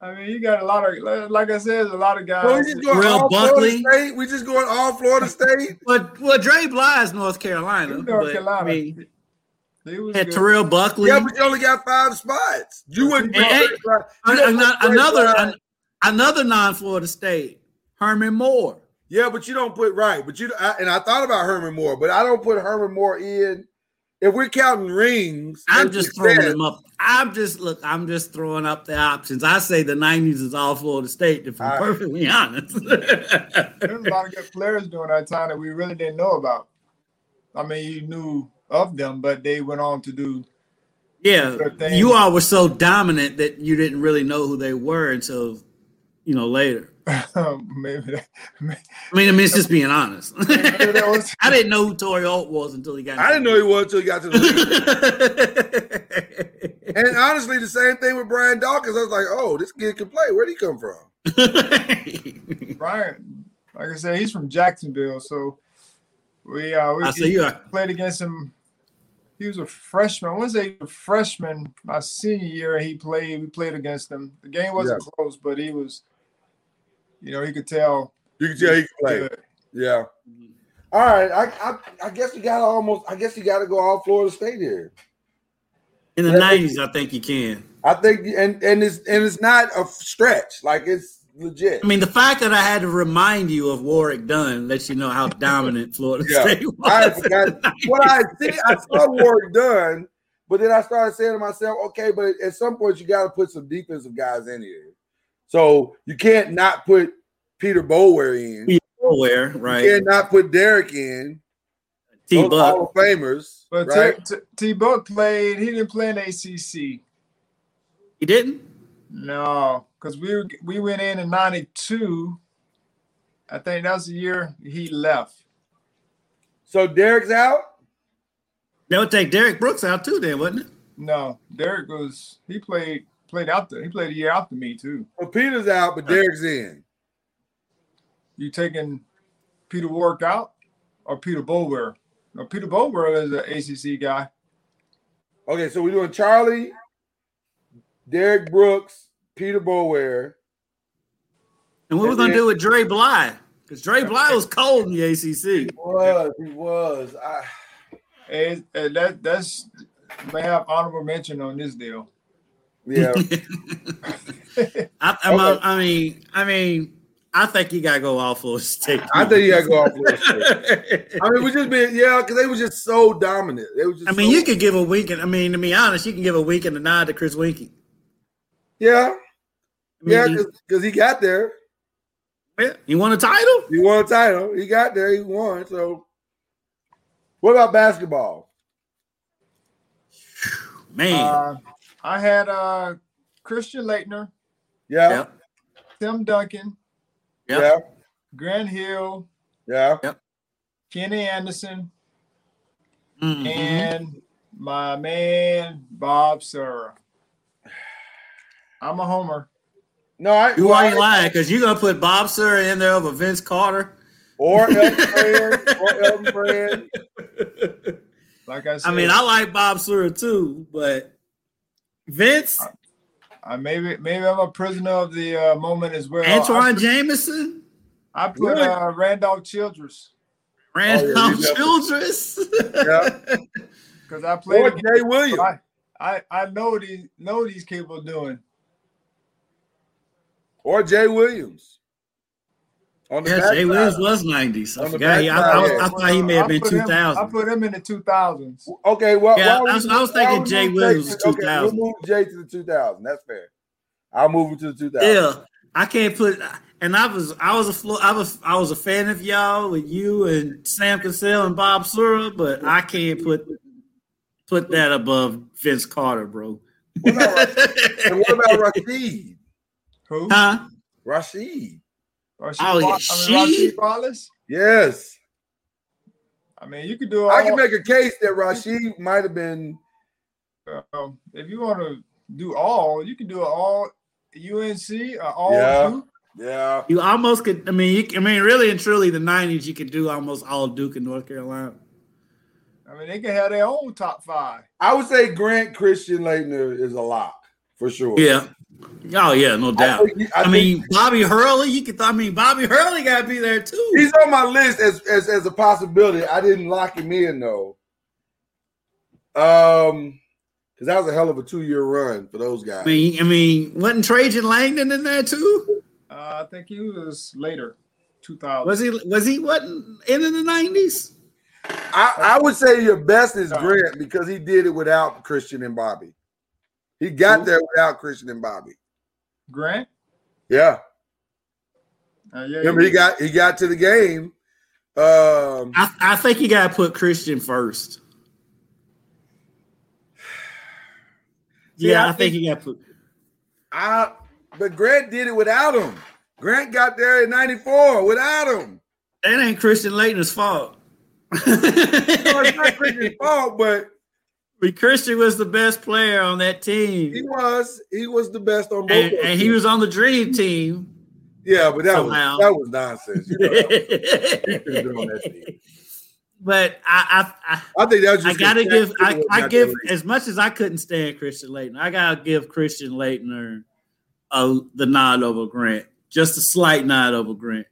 Speaker 6: I mean, you got a lot of, like- like I said, there's a lot of
Speaker 3: So we
Speaker 6: guys.
Speaker 3: just going
Speaker 7: Real
Speaker 3: all
Speaker 7: Uh, Buckley.
Speaker 3: Florida State. We just going all Florida State.
Speaker 7: But well, Dre Bly is North Carolina.
Speaker 6: in
Speaker 7: but,
Speaker 6: North
Speaker 7: I
Speaker 6: Carolina.
Speaker 7: mean,
Speaker 6: They was
Speaker 7: had
Speaker 6: good.
Speaker 7: Terrell Buckley.
Speaker 3: yeah, but you only got five spots. You wouldn't.
Speaker 7: And-
Speaker 3: you don't
Speaker 7: and- An- an-
Speaker 3: put Dre
Speaker 7: another
Speaker 3: Bly-
Speaker 7: an- another non-Florida state, Herman Moore.
Speaker 3: Yeah, but you don't put right. But you I, and I thought about Herman Moore, but I don't put Herman Moore in. If we're counting rings,
Speaker 7: I'm
Speaker 3: as
Speaker 7: just
Speaker 3: you
Speaker 7: throwing
Speaker 3: said,
Speaker 7: them up. I'm just look. I'm just throwing up the options. I say the '90s is all Florida State. If I'm
Speaker 3: I- [laughs]
Speaker 7: perfectly honest,
Speaker 6: There's a lot of good players during that time that we really didn't know about. I mean, you knew of them, but they went on to do.
Speaker 7: [laughs] yeah,
Speaker 6: Good thing.
Speaker 7: you all were so dominant that you didn't really know who they were until you know later.
Speaker 6: um, [laughs] maybe, that,
Speaker 7: I mean, I mean, it's just
Speaker 3: [laughs]
Speaker 7: being honest.
Speaker 6: maybe that was
Speaker 7: [laughs] I didn't know who Torrey Holt was until he got.
Speaker 3: I didn't know he was until he got to
Speaker 7: [laughs]
Speaker 3: the league.
Speaker 7: know.
Speaker 3: and honestly, the same thing with Brian Dawkins. I was like, oh, this kid can play. Where'd he come from?
Speaker 6: Brian. Like I said, he's from Jacksonville, so we uh
Speaker 3: [laughs]
Speaker 6: we
Speaker 7: [laughs] I see you. Are,
Speaker 6: played against him. He was a freshman. I want to say he was a freshman my senior year. He played. We played against him. The game wasn't close, but he was. You know, he could tell.
Speaker 3: You can tell he can play.
Speaker 6: good.
Speaker 3: Yeah. All right. I, I I guess you gotta almost I guess you gotta go all Florida State here.
Speaker 7: in the '90s, I think you can.
Speaker 3: I think and and it's and it's not a stretch, like it's legit.
Speaker 7: I mean, the fact that I had to remind you of Warwick Dunn lets you
Speaker 3: [laughs]
Speaker 7: know how dominant Florida
Speaker 3: Yeah.
Speaker 7: State was.
Speaker 3: [laughs] I had forgotten. Well, I see, I saw work done, but then I started saying to myself, okay, but at some point you got to put some defensive guys in here. So you can't not put Peter Bower in. You
Speaker 7: [laughs] Nowhere, right?
Speaker 3: can't not put Derek in.
Speaker 7: T
Speaker 3: Those Hall
Speaker 7: Buck.
Speaker 3: of Famers,
Speaker 6: But
Speaker 3: right?
Speaker 6: T, T Buck played. He didn't play in ACC.
Speaker 7: He didn't?
Speaker 6: No, because we were- we went in in '92. I think that was the year he left.
Speaker 3: so Derek's out.
Speaker 7: That would take Derek Brooks out too, then, wouldn't it?
Speaker 6: No, Derek was he played played out there. He played a year after me too.
Speaker 3: So Peter's out, but Derek's in.
Speaker 6: You taking Peter Warwick out or Peter Bulwer? No, Peter Bulwer is an ACC guy.
Speaker 3: Okay, so we're doing Charlie, Derek Brooks, Peter Bower.
Speaker 7: And what we're going to do with Dre Bly? Because Dre Bly was cold in the ACC.
Speaker 3: Was he was I?
Speaker 6: And, and that that's may have honorable mention on this deal.
Speaker 3: Yeah,
Speaker 7: I, I'm
Speaker 3: Okay.
Speaker 7: I mean, I mean, I think you got to go all Florida State.
Speaker 3: I think you got to go off. Florida State.
Speaker 7: [laughs] I
Speaker 3: I mean, we just been yeah, because they were just so dominant. They was just.
Speaker 7: mean,
Speaker 3: so-
Speaker 7: you could give a wink, and I mean, to be honest, you can give a wink and a nod to Chris Winkie.
Speaker 3: Yeah,
Speaker 7: I mean,
Speaker 3: yeah,
Speaker 7: he-
Speaker 3: because he got there.
Speaker 7: yeah, he won a title.
Speaker 3: He won a title. He got there. He won. So, what about basketball?
Speaker 7: Man,
Speaker 6: Uh, I had uh, Christian Leitner,
Speaker 3: Yeah,
Speaker 7: Yep.
Speaker 6: Tim Duncan,
Speaker 7: yeah.
Speaker 3: yeah,
Speaker 6: Grant Hill,
Speaker 3: yeah.
Speaker 6: Kenny Anderson,
Speaker 7: Mhm.
Speaker 6: and my man Bob Serra. I'm a homer.
Speaker 3: No, I.
Speaker 7: You
Speaker 3: well,
Speaker 7: ain't lying because you're gonna put Bob Sura in there over Vince Carter.
Speaker 3: Or Elton Brand. Or Elton Brand.
Speaker 6: Like I said,
Speaker 7: I mean, I like Bob Sura too, but Vince,
Speaker 6: I maybe maybe I'm a prisoner of the uh, moment as well.
Speaker 7: Antoine Jameson,
Speaker 6: I, I put
Speaker 3: Really?
Speaker 6: uh, Randolph Childress
Speaker 7: Randolph
Speaker 3: Oh, yeah, you
Speaker 7: Childress.
Speaker 3: Yeah.
Speaker 6: because I played.
Speaker 3: Or
Speaker 6: against
Speaker 3: Jay
Speaker 6: him.
Speaker 3: Williams.
Speaker 6: I, I I know what he know what he's capable of doing.
Speaker 3: Or Jay Williams. On the
Speaker 7: [laughs] yeah, Jay
Speaker 3: backside.
Speaker 7: Williams was 90s.
Speaker 3: On
Speaker 7: I
Speaker 3: the
Speaker 7: forgot. He, I,
Speaker 3: backside,
Speaker 7: I, was,
Speaker 3: yeah.
Speaker 7: I thought he may have been
Speaker 6: put him-
Speaker 7: 2000.
Speaker 6: I put him in the 2000s.
Speaker 3: Okay, well,
Speaker 7: Yeah,
Speaker 3: why would
Speaker 7: I was-
Speaker 3: we-
Speaker 7: I was
Speaker 3: why
Speaker 7: thinking
Speaker 3: would
Speaker 7: Jay
Speaker 3: we
Speaker 7: Williams
Speaker 3: take-
Speaker 7: was
Speaker 3: Okay,
Speaker 7: 2000.
Speaker 3: we'll move Jay to the 2000. That's fair. I'll move him to the 2000.
Speaker 7: yeah, I can't put. And I was I was a flo- I was I was a fan of y'all with you and Sam Cassell and Bob Sura, but I can't put put that above Vince Carter, bro. [laughs]
Speaker 3: What about, Ra- and what about Rashid?
Speaker 6: Who?
Speaker 7: Huh?
Speaker 3: Rashid.
Speaker 6: Rasheed
Speaker 7: Oh, yeah,
Speaker 6: Wallace- I mean,
Speaker 7: she-
Speaker 6: Rasheed Wallace?
Speaker 3: Yes.
Speaker 6: I mean, you could do. All,
Speaker 3: I can make a case that Rashid might have been.
Speaker 6: um, if you want to do all, you can do a all UNC, a all
Speaker 3: Yeah.
Speaker 6: Duke.
Speaker 3: Yeah.
Speaker 7: You almost could. I mean, you, I mean, really and truly, the '90s you could do almost all Duke in North Carolina.
Speaker 6: I mean, they can have their own top five.
Speaker 3: I would say Grant Christian Leitner is a lock for sure.
Speaker 7: Yeah. Oh yeah, no
Speaker 3: I,
Speaker 7: doubt.
Speaker 3: think he- I
Speaker 7: I,
Speaker 3: think
Speaker 7: mean, Bobby Hurley. You could. I mean, Bobby Hurley got to be there too.
Speaker 3: he's on my list as, as as a possibility. I didn't lock him in though. Um, because that was a hell of a two year run for those guys.
Speaker 7: I mean, I mean, wasn't Trajan Langdon in there too?
Speaker 6: Uh, I think he was later, 2000.
Speaker 7: Was he? Was he? Wasn't in in the '90s?
Speaker 3: I, I would say your best is Grant because he did it without Christian and Bobby. He got there without Christian and Bobby.
Speaker 6: Grant?
Speaker 3: Yeah.
Speaker 6: Uh, yeah,
Speaker 3: Remember he got he got to the game. Um
Speaker 7: I, I think you got to put Christian first.
Speaker 3: [sighs] See,
Speaker 7: yeah,
Speaker 3: I
Speaker 7: I think you got to put.
Speaker 3: I but Grant did it without him. Grant got there in 94 without him.
Speaker 7: That ain't Christian Leighton's fault.
Speaker 3: So it's not Christian's fault, but
Speaker 7: [laughs] But Christian was the best player on that
Speaker 3: he
Speaker 7: team,
Speaker 3: was he was the best on both.
Speaker 7: and,
Speaker 3: those
Speaker 7: and he
Speaker 3: teams.
Speaker 7: was on the dream team.
Speaker 3: yeah, but that
Speaker 7: somehow.
Speaker 3: was that was nonsense. [laughs] You know, that was- he
Speaker 7: [laughs]
Speaker 3: could've been on that team.
Speaker 7: but I, I, I,
Speaker 3: I think that was
Speaker 7: I
Speaker 3: just
Speaker 7: gotta give. I,
Speaker 3: not
Speaker 7: I
Speaker 3: that
Speaker 7: give
Speaker 3: great.
Speaker 7: as much as I couldn't stand Christian Leighton. I gotta give Christian Leighton uh, the nod over Grant, just a slight nod over Grant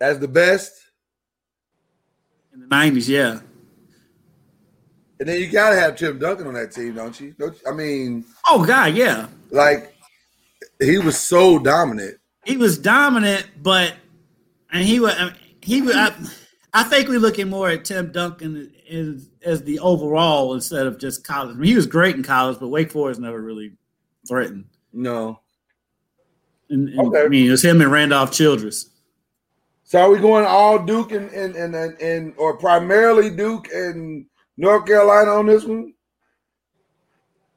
Speaker 3: as the best.
Speaker 7: in the nineties. Yeah,
Speaker 3: And then you gotta have Tim Duncan on that team, don't you? Don't you- I mean,
Speaker 7: Oh God, yeah.
Speaker 3: like he was so dominant.
Speaker 7: He was dominant, but and he was he was. I, I think we're looking more at Tim Duncan as, as the overall instead of just college. I mean, he was great in college, but Wake Forest never really threatened.
Speaker 3: No.
Speaker 7: And, and,
Speaker 3: Okay.
Speaker 7: I mean, it was him and Randolph Childress.
Speaker 3: So are we going all Duke and and and, and, and or primarily Duke and North Carolina on this one?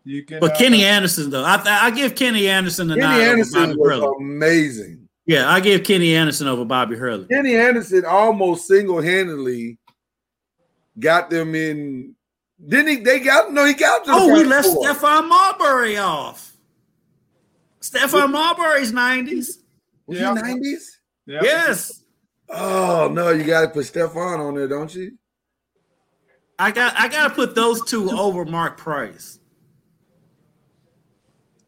Speaker 6: You can,
Speaker 7: But
Speaker 6: uh,
Speaker 7: Kenny Anderson, though, I, th- I give Kenny Anderson the nod
Speaker 3: Kenny
Speaker 7: over
Speaker 3: Anderson
Speaker 7: Bobby
Speaker 3: was um,
Speaker 7: Hurley.
Speaker 3: amazing.
Speaker 7: Yeah, I give Kenny Anderson over Bobby Hurley.
Speaker 3: Kenny Anderson almost single handedly got them in. Didn't he? They got no. He got them.
Speaker 7: Oh, we left Stephon Marbury off. Stephon Marbury's nineties.
Speaker 3: Was
Speaker 6: Yeah.
Speaker 3: he nineties?
Speaker 6: Yeah.
Speaker 7: Yes.
Speaker 3: Oh no, you got to put Stephon on there, don't you?
Speaker 7: I got I gotta put those two over Mark Price.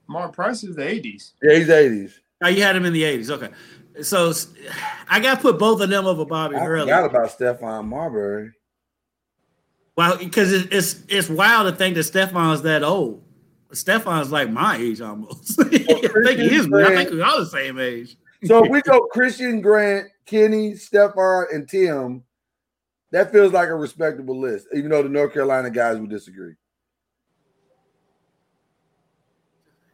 Speaker 6: Mark Price is the 80s.
Speaker 3: Yeah, he's eighties.
Speaker 7: Now Oh, you had him in the eighties, okay. So [sighs] s- I gotta put both of them over Bobby
Speaker 3: I
Speaker 7: Hurley.
Speaker 3: forgot about Stephon Marbury.
Speaker 7: Well, because it, it's it's wild to think that Stefan's that old. Stefan's like my age almost. [laughs] I think he is. man. I think we all the same age.
Speaker 3: So if we go Christian Grant, Kenny, Stephon, and Tim, that feels like a respectable list, even though the North Carolina guys would disagree.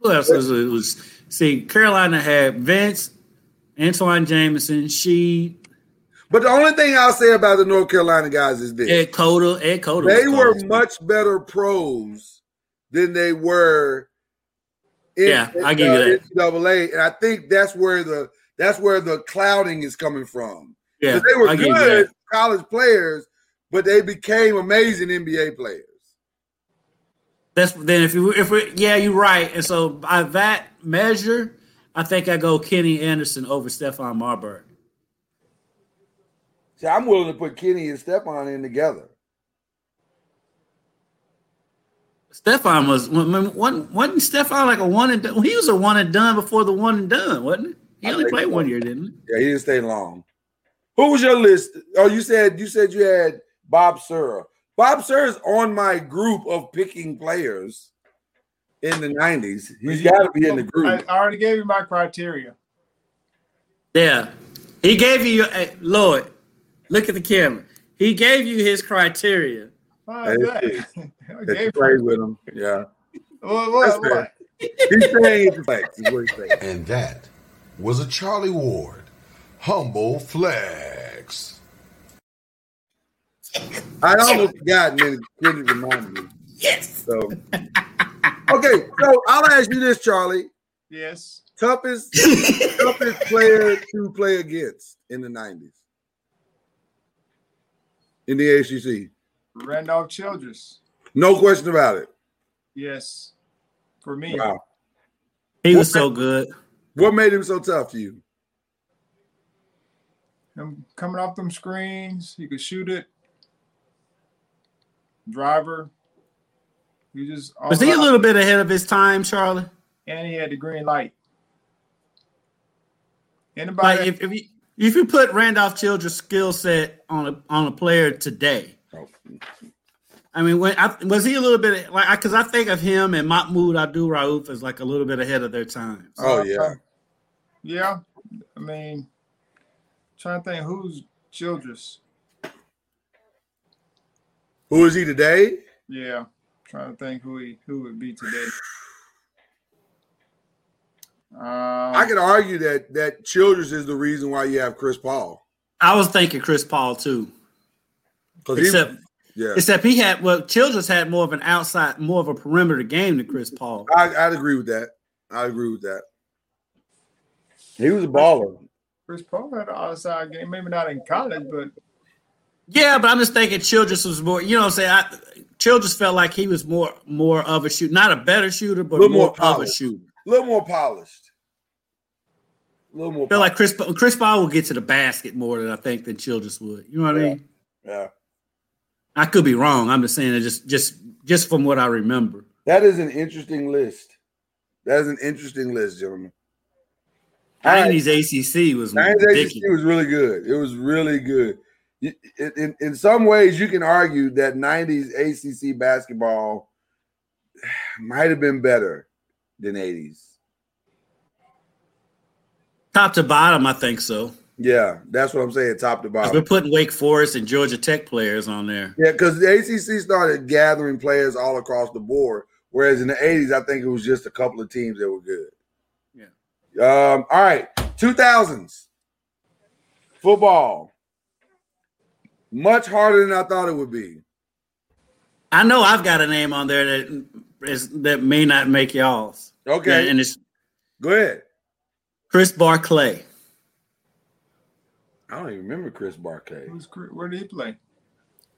Speaker 7: Who else was it? was see Carolina had Vince, Antoine Jameson, She,
Speaker 3: But the only thing I'll say about the North Carolina guys is this.
Speaker 7: Ed Cota, Ed Cota. was
Speaker 3: they were
Speaker 7: cold.
Speaker 3: much better pros than they were. In,
Speaker 7: Yeah, I give you that.
Speaker 3: NCAA, and I think that's where the that's where the clouding is coming from.
Speaker 7: yeah,
Speaker 3: 'Cause they were
Speaker 7: I give you that.
Speaker 3: good college players, but they became amazing NBA players.
Speaker 7: That's then if you if we yeah you're right and so by that measure I think I go Kenny Anderson over Stefan Marbury.
Speaker 3: See, I'm willing to put Kenny and Stephon in together.
Speaker 7: Stefan was one wasn't Stefan like a one and done? He was a one and done before the one and done wasn't he? He
Speaker 3: I
Speaker 7: only
Speaker 3: think
Speaker 7: played
Speaker 3: so.
Speaker 7: one year didn't
Speaker 3: Yeah, he didn't stay long. Who was your list? Oh, you said you said you had Bob Sura. Bob Sura's on my group of picking players in the '90s. He's got to be in the
Speaker 6: I,
Speaker 3: group.
Speaker 6: I already gave you my criteria.
Speaker 7: he? Yeah, he gave you hey, Lloyd. Look at the camera. He gave you his criteria.
Speaker 6: How's
Speaker 3: That
Speaker 6: that?
Speaker 3: is
Speaker 6: [laughs] I
Speaker 3: That you
Speaker 6: gave-
Speaker 3: play with him. Yeah,
Speaker 6: what, what,
Speaker 3: That's fair.
Speaker 6: what?
Speaker 3: he's saying it's facts. Is what he's saying.
Speaker 4: And that was a Charlie Ward humble flex.
Speaker 3: I almost forgot, and then Kenny reminded me. Yes. So, okay. So I'll ask you this, Charlie.
Speaker 6: Yes.
Speaker 3: Toughest toughest player to play against in the nineties in the ACC.
Speaker 6: Randolph Childress.
Speaker 3: No question about it.
Speaker 6: Yes. For me.
Speaker 3: Wow.
Speaker 7: He was so good.
Speaker 3: What made him so tough to you?
Speaker 6: Him coming off them screens. He could shoot it. Driver. He just
Speaker 7: Was he a little bit ahead of his time, Charlie?
Speaker 6: and he had the green light. Anybody
Speaker 7: Like if, if you if you put Randolph Childress' skill set on a on a player today, I mean, when I, was he a little bit like? Because I think of him and Mahmoud Abdul Rauf as like a little bit ahead of their times.
Speaker 6: Uh,
Speaker 3: Oh yeah.
Speaker 6: Yeah, I mean, trying to think who's Childress.
Speaker 3: Who is he today?
Speaker 6: Yeah, trying to think who he who would be today. Um,
Speaker 3: I could argue that that Childress is the reason why you have Chris Paul.
Speaker 7: I was thinking Chris Paul too,
Speaker 3: 'Cause he-
Speaker 7: except
Speaker 3: yeah,
Speaker 7: except he had well, Childress had more of an outside, more of a perimeter game than Chris Paul.
Speaker 3: I, I'd agree with that. I agree with that. He was a baller.
Speaker 6: Chris Paul had an outside game, maybe not in college, but
Speaker 7: Yeah, but I'm just thinking Childress was more. You know, what I'm saying I, Childress felt like he was more more of a shooter, not a better shooter, but
Speaker 3: Little
Speaker 7: more,
Speaker 3: more
Speaker 7: of a
Speaker 3: polished.
Speaker 7: shooter.
Speaker 3: A little more polished. A little more.
Speaker 7: feel like Chris Chris Paul will get to the basket more than I think than Childress would. You know what I mean?
Speaker 3: Yeah.
Speaker 7: I could be wrong. I'm just saying it just just just from what I remember.
Speaker 3: That is an interesting list. That is an interesting list, gentlemen. All right.
Speaker 7: Nineties ACC was
Speaker 3: Lions
Speaker 7: ridiculous.
Speaker 3: ACC was really good. It was really good. You- In, in, in some ways, you can argue that 90s ACC basketball might have been better than 80s.
Speaker 7: Top to bottom, I think so.
Speaker 3: Yeah, that's what I'm saying, top to
Speaker 7: 'Cause we're
Speaker 3: bottom.
Speaker 7: putting Wake Forest and Georgia Tech players on there.
Speaker 3: Yeah, because the ACC started gathering players all across the board, whereas in the 80s, I think it was just a couple of teams that were good.
Speaker 7: Yeah.
Speaker 3: Um, all right, 2000s. Football. Much harder than I thought it would be.
Speaker 7: I know I've got a name on there that is that may not make y'all's.
Speaker 3: Okay.
Speaker 7: and it's
Speaker 3: Go ahead.
Speaker 7: Chris Barclay.
Speaker 3: I don't even remember Chris Barkay.
Speaker 6: who's Chris- where did he play?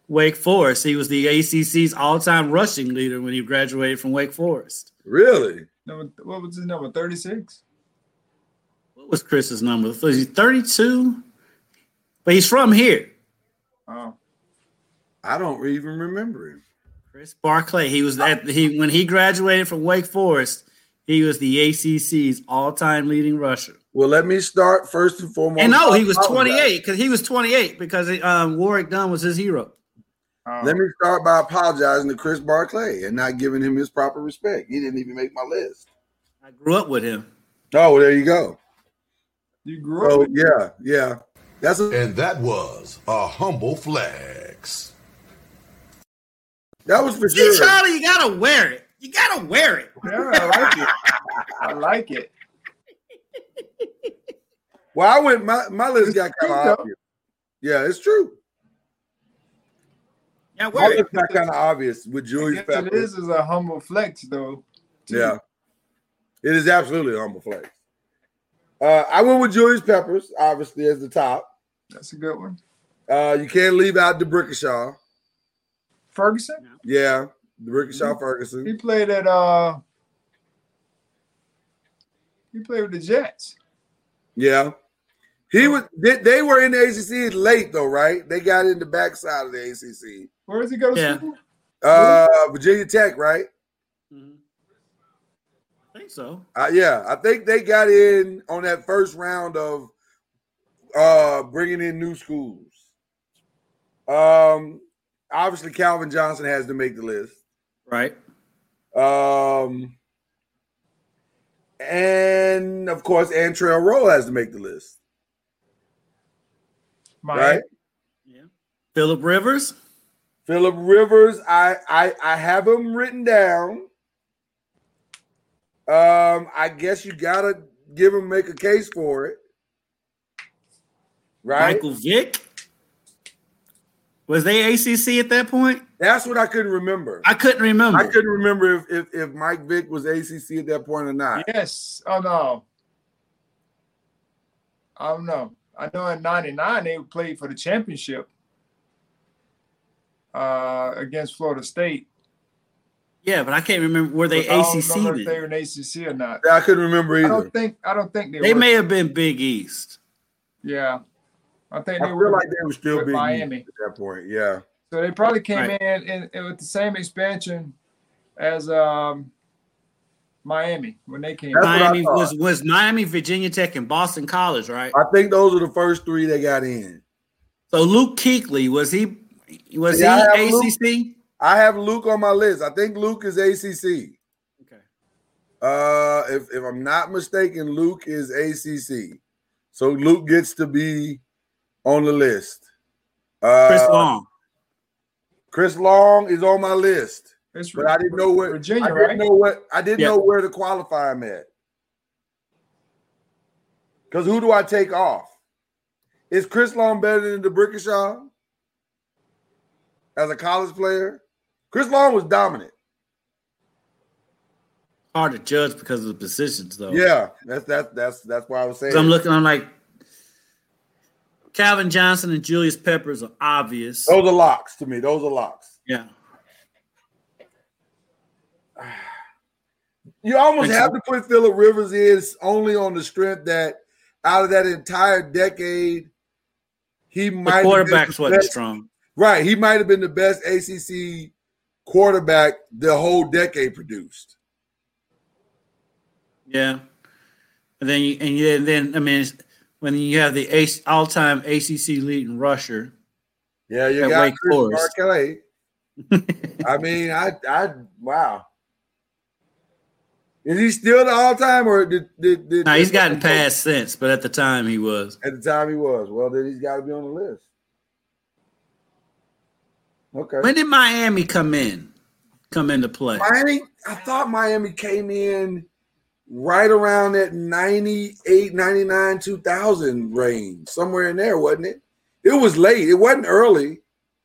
Speaker 7: Wake Forest. He was the ACC's all-time rushing leader when he graduated from Wake Forest.
Speaker 3: Really?
Speaker 6: Number what was his number? Thirty six.
Speaker 7: What was Chris's number? Was he 32? But he's from here.
Speaker 6: Oh,
Speaker 3: I don't even remember him.
Speaker 7: Chris Barclay. He was at he when he graduated from Wake Forest. He was the ACC's all-time leading rusher.
Speaker 3: Well, let me start first and foremost.
Speaker 7: And no, he was
Speaker 3: I apologize.
Speaker 7: 28 because he was 28 because um, Warwick Dunn was his hero.
Speaker 6: oh.
Speaker 3: Let me start by apologizing to Chris Barclay and not giving him his proper respect. He didn't even make my list.
Speaker 7: I grew up with him.
Speaker 3: Oh, there you go.
Speaker 6: you grew up.
Speaker 3: Oh,
Speaker 6: with-
Speaker 3: yeah, yeah. That's a,
Speaker 4: And that was a humble flex.
Speaker 3: that was for [laughs]
Speaker 7: See,
Speaker 3: sure.
Speaker 7: Charlie, you gotta wear it. You gotta wear it.
Speaker 6: Yeah, I like it. I
Speaker 3: [laughs]
Speaker 6: like it.
Speaker 3: Well, I went. My my list got kind
Speaker 6: true,
Speaker 3: of
Speaker 6: though.
Speaker 3: obvious. Yeah, it's true.
Speaker 7: Yeah,
Speaker 3: My
Speaker 7: wear it.
Speaker 3: list got kind of obvious with Julius
Speaker 6: Yes, it
Speaker 3: Peppers.
Speaker 6: is is a humble flex though. too.
Speaker 3: Yeah. It is absolutely a humble flex. Uh, I went with Julius Peppers, obviously, as the top.
Speaker 6: that's a good one.
Speaker 3: Uh, you can't leave out DeBrickashaw.
Speaker 6: Ferguson.
Speaker 3: Yeah, DeBrickashaw
Speaker 6: He
Speaker 3: Ferguson.
Speaker 6: played at uh he played with the Jets.
Speaker 3: Yeah. He was they, they were in the ACC late though, right? They got in the backside of the ACC.
Speaker 6: Where does he go to
Speaker 7: Yeah.
Speaker 6: school?
Speaker 3: Uh Virginia Tech, right?
Speaker 7: Mhm. I think so.
Speaker 3: Uh, yeah, I think they got in on that first round of uh bringing in new schools. Um obviously Calvin Johnson has to make the list.
Speaker 7: Right.
Speaker 3: Um, and of course, Antrell Roll has to make the list,
Speaker 6: Miami.
Speaker 3: right?
Speaker 7: Yeah. Philip Rivers.
Speaker 3: Philip Rivers, I, I I have him written down. Um, I guess you gotta give him make a case for it, right?
Speaker 7: Michael Vick. Was they ACC at that point?
Speaker 3: That's what I couldn't remember.
Speaker 7: I couldn't remember.
Speaker 3: I couldn't remember if, if, if Mike Vick was ACC at that point or not.
Speaker 6: Yes. Oh no. I don't know. I know in '99 they played for the championship uh, against Florida State.
Speaker 7: yeah, but I can't remember were they
Speaker 6: But I don't
Speaker 7: ACC?
Speaker 6: remember if
Speaker 7: then?
Speaker 6: they were in ACC or not.
Speaker 3: I couldn't remember
Speaker 6: I
Speaker 3: either.
Speaker 6: don't think. I don't think they.
Speaker 7: They
Speaker 6: were.
Speaker 7: may have been Big East.
Speaker 6: Yeah. I think
Speaker 3: I
Speaker 6: they
Speaker 3: feel
Speaker 6: were
Speaker 3: like they were still
Speaker 6: with
Speaker 3: big
Speaker 6: Miami.
Speaker 3: at that point. Yeah.
Speaker 6: So they probably came
Speaker 7: Right.
Speaker 6: in and, and with the same expansion as um, Miami when they came.
Speaker 3: That's what I
Speaker 7: Miami
Speaker 3: thought.
Speaker 7: was was Miami, Virginia Tech, and Boston College, right?
Speaker 3: I think those are the first three they got in.
Speaker 7: So Luke Keekley was he was
Speaker 3: Yeah, I
Speaker 7: he
Speaker 3: have Luke.
Speaker 7: ACC?
Speaker 3: I have Luke on my list. I think Luke is ACC.
Speaker 7: Okay.
Speaker 3: Uh, if, if I'm not mistaken, Luke is ACC. So Luke gets to be on the list. Uh,
Speaker 7: Chris Long.
Speaker 3: Chris Long is on my list,
Speaker 6: It's
Speaker 3: but I didn't know where
Speaker 6: Virginia,
Speaker 3: I didn't
Speaker 6: right?
Speaker 3: know what I didn't
Speaker 7: Yeah.
Speaker 3: know where to qualify him at. Because who do I take off? Is Chris Long better than DeBrickashaw as a college player? Chris Long was dominant.
Speaker 7: Hard to judge because of the positions though.
Speaker 3: Yeah, that's that's that's that's why I was saying.
Speaker 7: 'Cause I'm looking, I'm like Calvin Johnson and Julius Peppers are obvious.
Speaker 3: Those are locks to me. Those are locks.
Speaker 7: Yeah.
Speaker 3: You almost
Speaker 7: Thanks,
Speaker 3: have to put Phillip Rivers in only on the strength that out of that entire decade, he
Speaker 7: The
Speaker 3: might have been
Speaker 7: quarterbacks
Speaker 3: the
Speaker 7: wasn't
Speaker 3: best-
Speaker 7: strong.
Speaker 3: Right, he might have been the best ACC quarterback the whole decade produced.
Speaker 7: Yeah. And then you, and you, then I mean it's- when you have the ace, all-time ACC leading rusher,
Speaker 3: Yeah, you
Speaker 7: At
Speaker 3: got
Speaker 7: Wake
Speaker 3: Chris
Speaker 7: Forest.
Speaker 3: Barkley.
Speaker 7: [laughs]
Speaker 3: I mean, I, I, wow. Is he still the all-time, or did, did, did
Speaker 7: now he's gotten past since, but at the time he was.
Speaker 3: at the time he was? Well, then he's got to be on the list. Okay,
Speaker 7: When did Miami come in? Come into play?
Speaker 3: Miami. I thought Miami came in right around that 98, 99, 2000 range, somewhere in there, wasn't it? It was late. It wasn't early.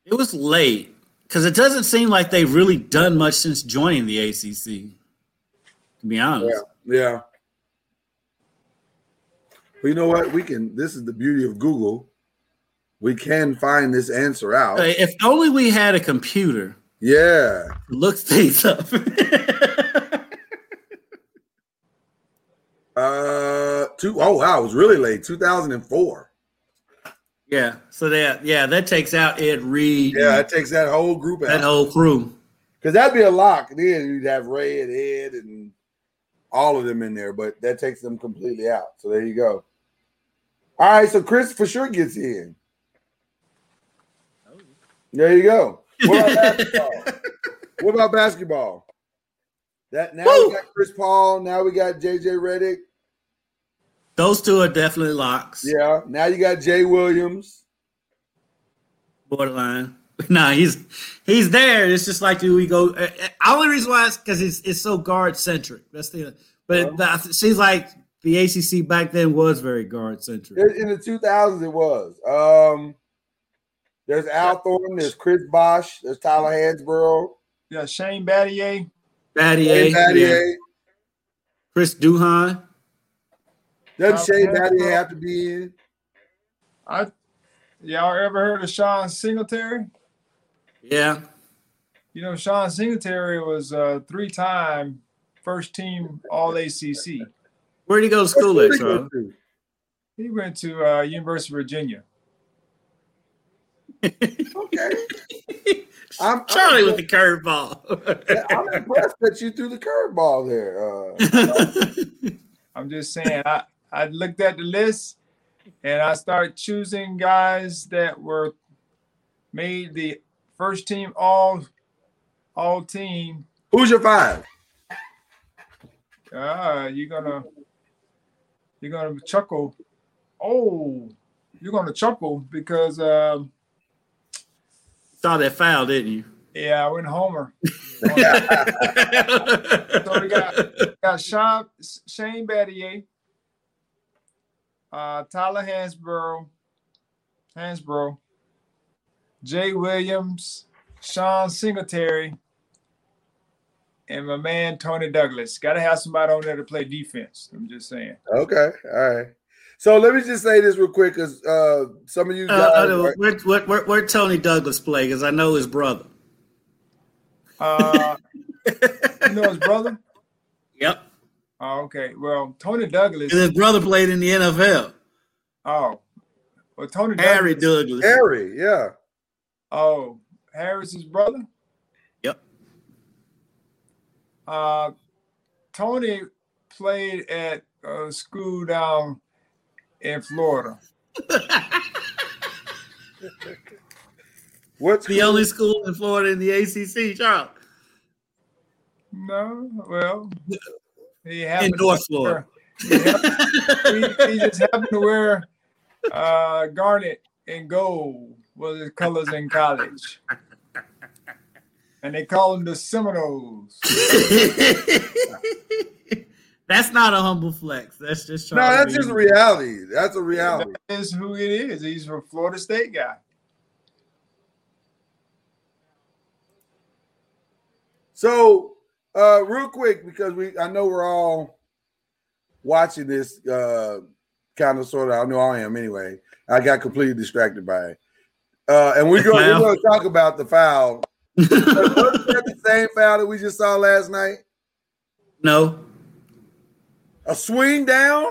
Speaker 7: It was late because it doesn't seem like they've really done much since joining the ACC. To be honest,
Speaker 3: Yeah, yeah. But you know what? We can. This is the beauty of Google. We can find this answer out.
Speaker 7: Hey, if only we had a computer
Speaker 3: Yeah.
Speaker 7: to look things up. [laughs]
Speaker 3: Uh. Two oh wow, it was really late. Two thousand and four.
Speaker 7: yeah, so that yeah that takes out Ed Reed,
Speaker 3: Yeah, it takes that whole group
Speaker 7: that
Speaker 3: out.
Speaker 7: whole crew.
Speaker 3: Because that'd be a lock. Then you'd have Ray and Ed and all of them in there, but that takes them completely out. So there you go. All right, so Chris for sure gets in. There you go. What
Speaker 7: [laughs]
Speaker 3: about basketball? what about basketball? That now
Speaker 7: Woo!
Speaker 3: we got Chris Paul. Now we got JJ Reddick.
Speaker 7: Those two are definitely locks.
Speaker 3: Yeah. Now you got Jay Williams.
Speaker 7: borderline. [laughs] nah, he's he's there. It's just like do we go? uh, uh, Only reason why is because it's it's so guard centric. That's the. But it, that- it seems like the ACC back then was very guard centric.
Speaker 3: In in the 2000s, it was. Um, there's Al Thornton. There's Chris Bosch. There's Tyler Hansborough.
Speaker 6: Yeah, Shane Battier.
Speaker 7: Battier,
Speaker 3: Shane Battier.
Speaker 7: yeah. Chris Duhan.
Speaker 3: Doesn't Shane
Speaker 6: Tyler
Speaker 3: Battier
Speaker 6: Hansborough.
Speaker 3: have to be in?
Speaker 6: I y'all ever heard of Sean Singletary?
Speaker 7: Yeah,
Speaker 6: You know, Sean Singletary was a three-time first team All ACC.
Speaker 7: where would he go to school at, Charles?
Speaker 6: He went to uh, University of Virginia.
Speaker 3: Okay. I'm, I'm
Speaker 7: Charlie with
Speaker 3: impressed-
Speaker 7: the curveball.
Speaker 3: I'm impressed that you threw the curveball there. Uh,
Speaker 6: I'm just saying, I, I looked at the list and I started choosing guys that were made the first team all all team.
Speaker 3: who's your five?
Speaker 6: Ah, you're gonna you're gonna chuckle. Oh, you're gonna chuckle because um,
Speaker 7: [laughs] Saw that foul, didn't you?
Speaker 6: yeah, I went Homer.
Speaker 7: [laughs]
Speaker 6: So we got, got Sean, Shane Battier, uh, Tyler Hansborough, Hansborough, Jay Williams, Sean Singletary, and my man Tony Douglas. Got to have somebody on there to play defense. I'm just saying.
Speaker 3: Okay, all right. So let me just say this real quick, because uh, some of you guys,
Speaker 7: Uh, where, where, where, where Tony Douglas play? Because I know his brother.
Speaker 6: Uh, you know his brother?
Speaker 7: Yep.
Speaker 6: Oh, okay. Well, Tony Douglas.
Speaker 7: And his brother played in the NFL.
Speaker 6: Oh, well, Tony
Speaker 7: Harry
Speaker 6: Douglas.
Speaker 7: Douglas.
Speaker 3: Harry, yeah,
Speaker 6: Oh, Harris's brother.
Speaker 7: Yep.
Speaker 6: Uh, Tony played at a school down in Florida.
Speaker 3: what's
Speaker 7: The only school in Florida in the ACC, [laughs] Charles.
Speaker 6: No, well, he happened
Speaker 7: In North Florida.
Speaker 6: he, he just happened to wear uh, garnet and gold was his colors in college, and they call him the Seminoles.
Speaker 7: That's not a humble flex. That's just
Speaker 3: no,
Speaker 7: trying to
Speaker 3: that's
Speaker 7: be-
Speaker 3: just reality. That's a reality.
Speaker 6: Is who it is. He's a Florida State guy.
Speaker 3: So, uh, real quick, because we I know we're all watching this uh, kind of sort of. I know I am anyway. I got completely distracted by it, uh, and we're
Speaker 7: The
Speaker 3: going, we're
Speaker 7: foul?
Speaker 3: going to talk about the foul.
Speaker 7: [laughs]
Speaker 3: Wasn't that the same foul that we just saw last night?
Speaker 7: no,
Speaker 3: A swing down.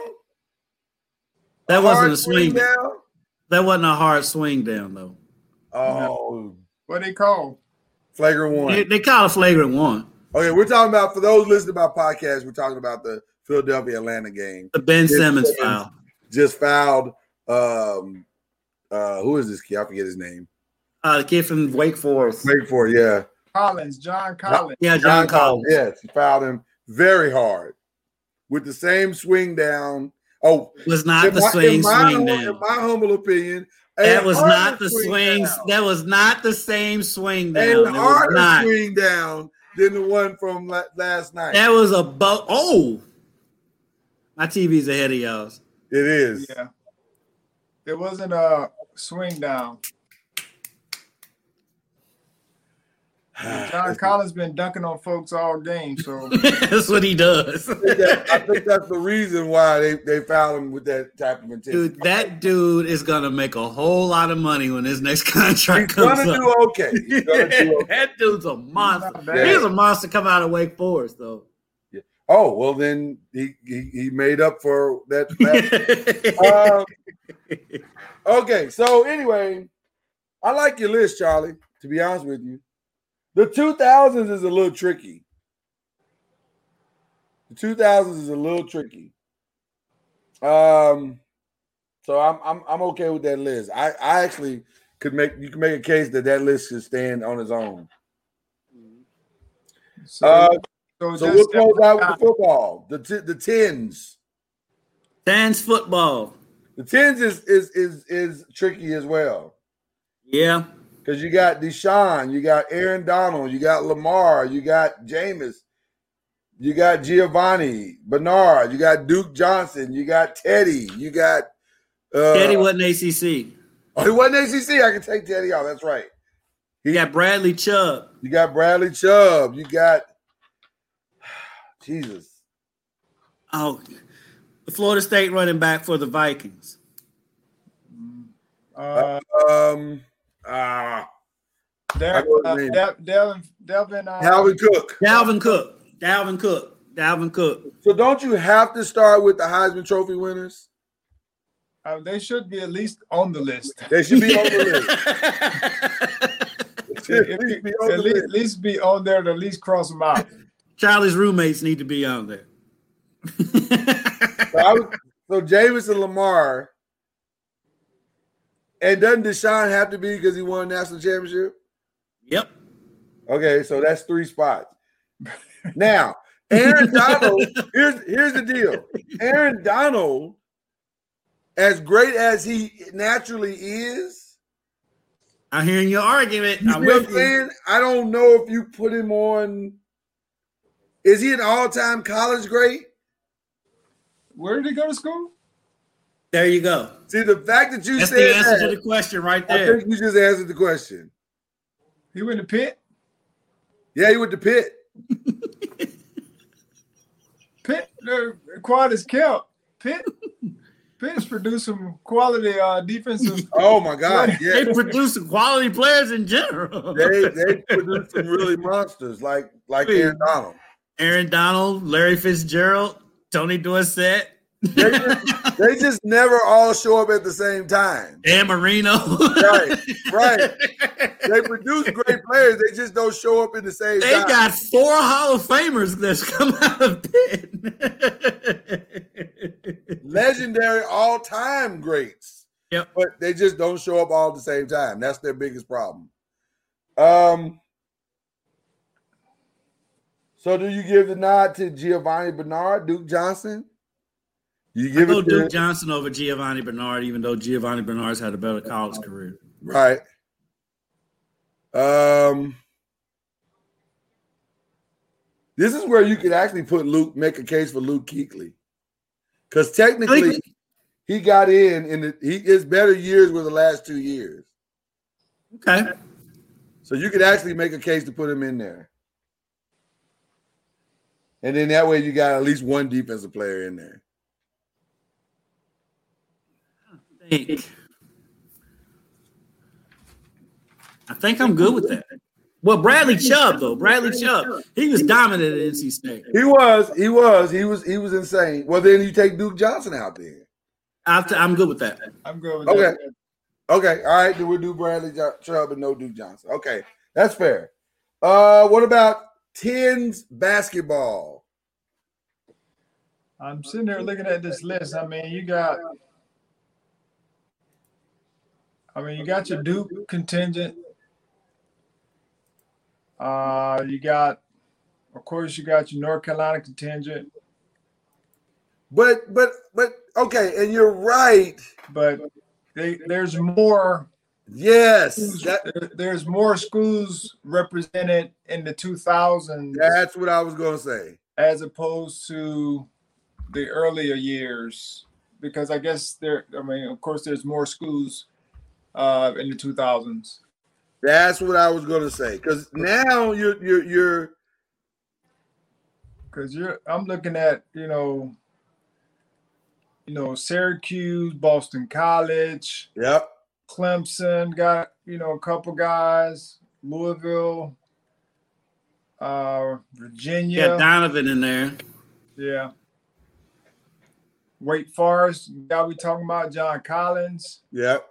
Speaker 7: that wasn't a
Speaker 3: Hard
Speaker 7: swing. down.
Speaker 3: down.
Speaker 7: That wasn't a hard swing down though.
Speaker 3: Oh,
Speaker 6: What they call?
Speaker 3: flagrant one.
Speaker 7: They, they caught a flagrant one.
Speaker 3: Okay, we're talking about for those listening to my podcast. We're talking about the Philadelphia Atlanta game.
Speaker 7: The Ben Simmons
Speaker 3: Simmons.
Speaker 7: foul.
Speaker 3: Just fouled. Um, uh, who is this kid? I forget his name.
Speaker 7: Uh, the kid from Wake Forest.
Speaker 3: Wait for it, yeah.
Speaker 6: Collins, John Collins.
Speaker 7: Yeah, John Collins.
Speaker 3: Yes, he fouled him very hard with the same swing down. Oh,
Speaker 7: Was not the swing swing
Speaker 3: humble,
Speaker 7: down.
Speaker 3: in my humble opinion,
Speaker 7: That
Speaker 3: an
Speaker 7: was
Speaker 3: harder
Speaker 7: not the swing.
Speaker 3: down,
Speaker 7: That was not the same swing down.
Speaker 3: an
Speaker 7: It was
Speaker 3: harder
Speaker 7: not.
Speaker 3: swing down than the one from la- last night.
Speaker 7: That was a bo- Oh, my TV's ahead of y'all's. [laughs]
Speaker 3: it is.
Speaker 6: Yeah. There wasn't a swing down.
Speaker 3: [sighs]
Speaker 6: John Collins been dunking on folks all game, so
Speaker 7: That's what he
Speaker 3: [laughs]
Speaker 7: does.
Speaker 3: I think that- I think that's the reason why they, they fouled him with that type of intensity.
Speaker 7: Dude, that dude is gonna make a whole lot of money when his next [laughs]
Speaker 3: He's
Speaker 7: contract comes
Speaker 3: gonna
Speaker 7: up.
Speaker 3: do okay. He's gonna do okay.
Speaker 7: [laughs] that dude's a monster.
Speaker 6: Not bad.
Speaker 7: He's a monster coming out of Wake Forest, though. [laughs]
Speaker 3: Oh well, then he, he he made up for that. that
Speaker 7: yeah,
Speaker 3: Um, okay, so anyway, I like your list, Charlie. To be honest with you, the two thousands is a little tricky. The two thousands is a little tricky. Um, so I'm I'm I'm okay with that list. I I actually could make you can make a case that that list should stand on its own.
Speaker 6: so,
Speaker 3: Uh,
Speaker 6: so
Speaker 3: so
Speaker 6: just
Speaker 3: we'll close out with the football. The t- the tens.
Speaker 7: Dan's football.
Speaker 3: The tens is is is is tricky as well.
Speaker 7: Yeah,
Speaker 3: Because you got Deshaun, you got Aaron Donald, you got Lamar, you got Jameis, you got Giovanni Bernard, you got Duke Johnson, you got Teddy, you got uh,
Speaker 7: Teddy wasn't ACC.
Speaker 3: Oh, he wasn't ACC. I can take Teddy off. That's right.
Speaker 7: You got Bradley Chubb.
Speaker 3: You got Bradley Chubb. You got [sighs] Jesus.
Speaker 7: Oh, the Florida State running back for the Vikings.
Speaker 6: uh,
Speaker 3: Um, ah,
Speaker 6: Dev-
Speaker 3: know what
Speaker 6: uh,
Speaker 3: you mean.
Speaker 6: Dev- Devin, Devin, uh,
Speaker 3: Dalvin Cook.
Speaker 7: Dalvin Cook. Dalvin Cook. Dalvin Cook.
Speaker 3: So don't you have to start with the Heisman Trophy winners?
Speaker 6: uh, they should be at least on
Speaker 3: [laughs]
Speaker 6: the list.
Speaker 3: They should be on the list.
Speaker 7: [laughs]
Speaker 3: They
Speaker 6: If-
Speaker 3: should
Speaker 6: if-
Speaker 3: be on
Speaker 6: at,
Speaker 3: the
Speaker 6: least,
Speaker 3: list.
Speaker 6: at least be on there to at least cross them out.
Speaker 7: Charlie's roommates need to be on there.
Speaker 3: So, I was, so Jameis and Lamar. And doesn't Deshaun have to be because he won a national championship?
Speaker 7: yep.
Speaker 3: Okay, so that's three spots. Now,
Speaker 7: [laughs]
Speaker 3: Aaron Donald, here's here's the deal. Aaron Donald, as great as he naturally is,
Speaker 7: I'm hearing your argument.
Speaker 3: you see
Speaker 7: I'm
Speaker 3: what I'm
Speaker 7: with you.
Speaker 3: saying? I don't know if you put him on. Is he an all-time college great?
Speaker 6: Where did he go to school?
Speaker 7: There you go.
Speaker 3: See the fact that you
Speaker 7: That's
Speaker 3: said
Speaker 7: the answer
Speaker 3: that,
Speaker 7: to the question right
Speaker 3: I
Speaker 7: there.
Speaker 3: think you just answered the question.
Speaker 6: He went to pit.
Speaker 3: Yeah, you went to pit.
Speaker 6: Pitt, the quad is killed.
Speaker 3: [laughs]
Speaker 6: Pitt, Pitt's producing quality uh,
Speaker 3: [laughs]
Speaker 6: defensive.
Speaker 3: Oh my God!
Speaker 7: They
Speaker 3: Yeah,
Speaker 7: produce quality players in general.
Speaker 3: they they produced some really monsters like like Aaron Donald.
Speaker 7: Aaron Donald, Larry Fitzgerald, Tony Dorsett,
Speaker 3: They just, they just never all show up at the same time.
Speaker 7: Dan Marino.
Speaker 3: Right, right. They produce great players. They just don't show up in the same
Speaker 7: [laughs] They
Speaker 3: time.
Speaker 7: got four Hall of Famers that's come out of [laughs] Pitt.
Speaker 3: Legendary all time greats.
Speaker 7: Yep.
Speaker 3: But they just don't show up all at the same time. That's their biggest problem. Um. So do you give the nod to Giovanni Bernard, Duke Johnson? You give
Speaker 7: Go
Speaker 3: it to
Speaker 7: Duke Johnson over Giovanni Bernard, even though Giovanni Bernard's had a better college career.
Speaker 3: Right. Um This is where you could actually put Luke make a case for Luke Keekley. Cuz technically he got in in the, he his better years were the last 2 years.
Speaker 7: Okay.
Speaker 3: So you could actually make a case to put him in there. And then that way you got at least one defensive player in there.
Speaker 7: think. I think I'm good with that. Well, Bradley Chubb though, Bradley Chubb, he was dominant at NC State.
Speaker 3: He was, he was, he was he was insane. Well then you take Duke Johnson out there.
Speaker 7: I, I'm good with that.
Speaker 6: I'm going with
Speaker 3: Okay.
Speaker 6: that.
Speaker 3: Okay. All right. Then we'll do Bradley Jo- Chubb and no Duke Johnson. Okay. That's fair. Uh, what about tens basketball?
Speaker 6: I'm sitting there looking at this list. I mean, you got. I mean, you got your Duke contingent. Uh, you got, of course, you got your North Carolina contingent,
Speaker 3: But but but okay, and you're right.
Speaker 6: but they, there's more
Speaker 3: Yes, that-
Speaker 6: there- there's more schools represented in the 2000s
Speaker 3: that's what I was gonna say.
Speaker 6: as opposed to the earlier years because I guess there I mean of course there's more schools uh in the 2000s
Speaker 3: That's what I was gonna say. Because now you're you're you're
Speaker 6: cuz you're I'm looking at you know you know Syracuse, Boston College,
Speaker 3: yep.
Speaker 6: Clemson got you know a couple guys, Louisville, uh Virginia.
Speaker 7: Yeah, Donovan in there.
Speaker 6: Yeah. Wake Forest, guy we talking about, John Collins.
Speaker 3: Yep.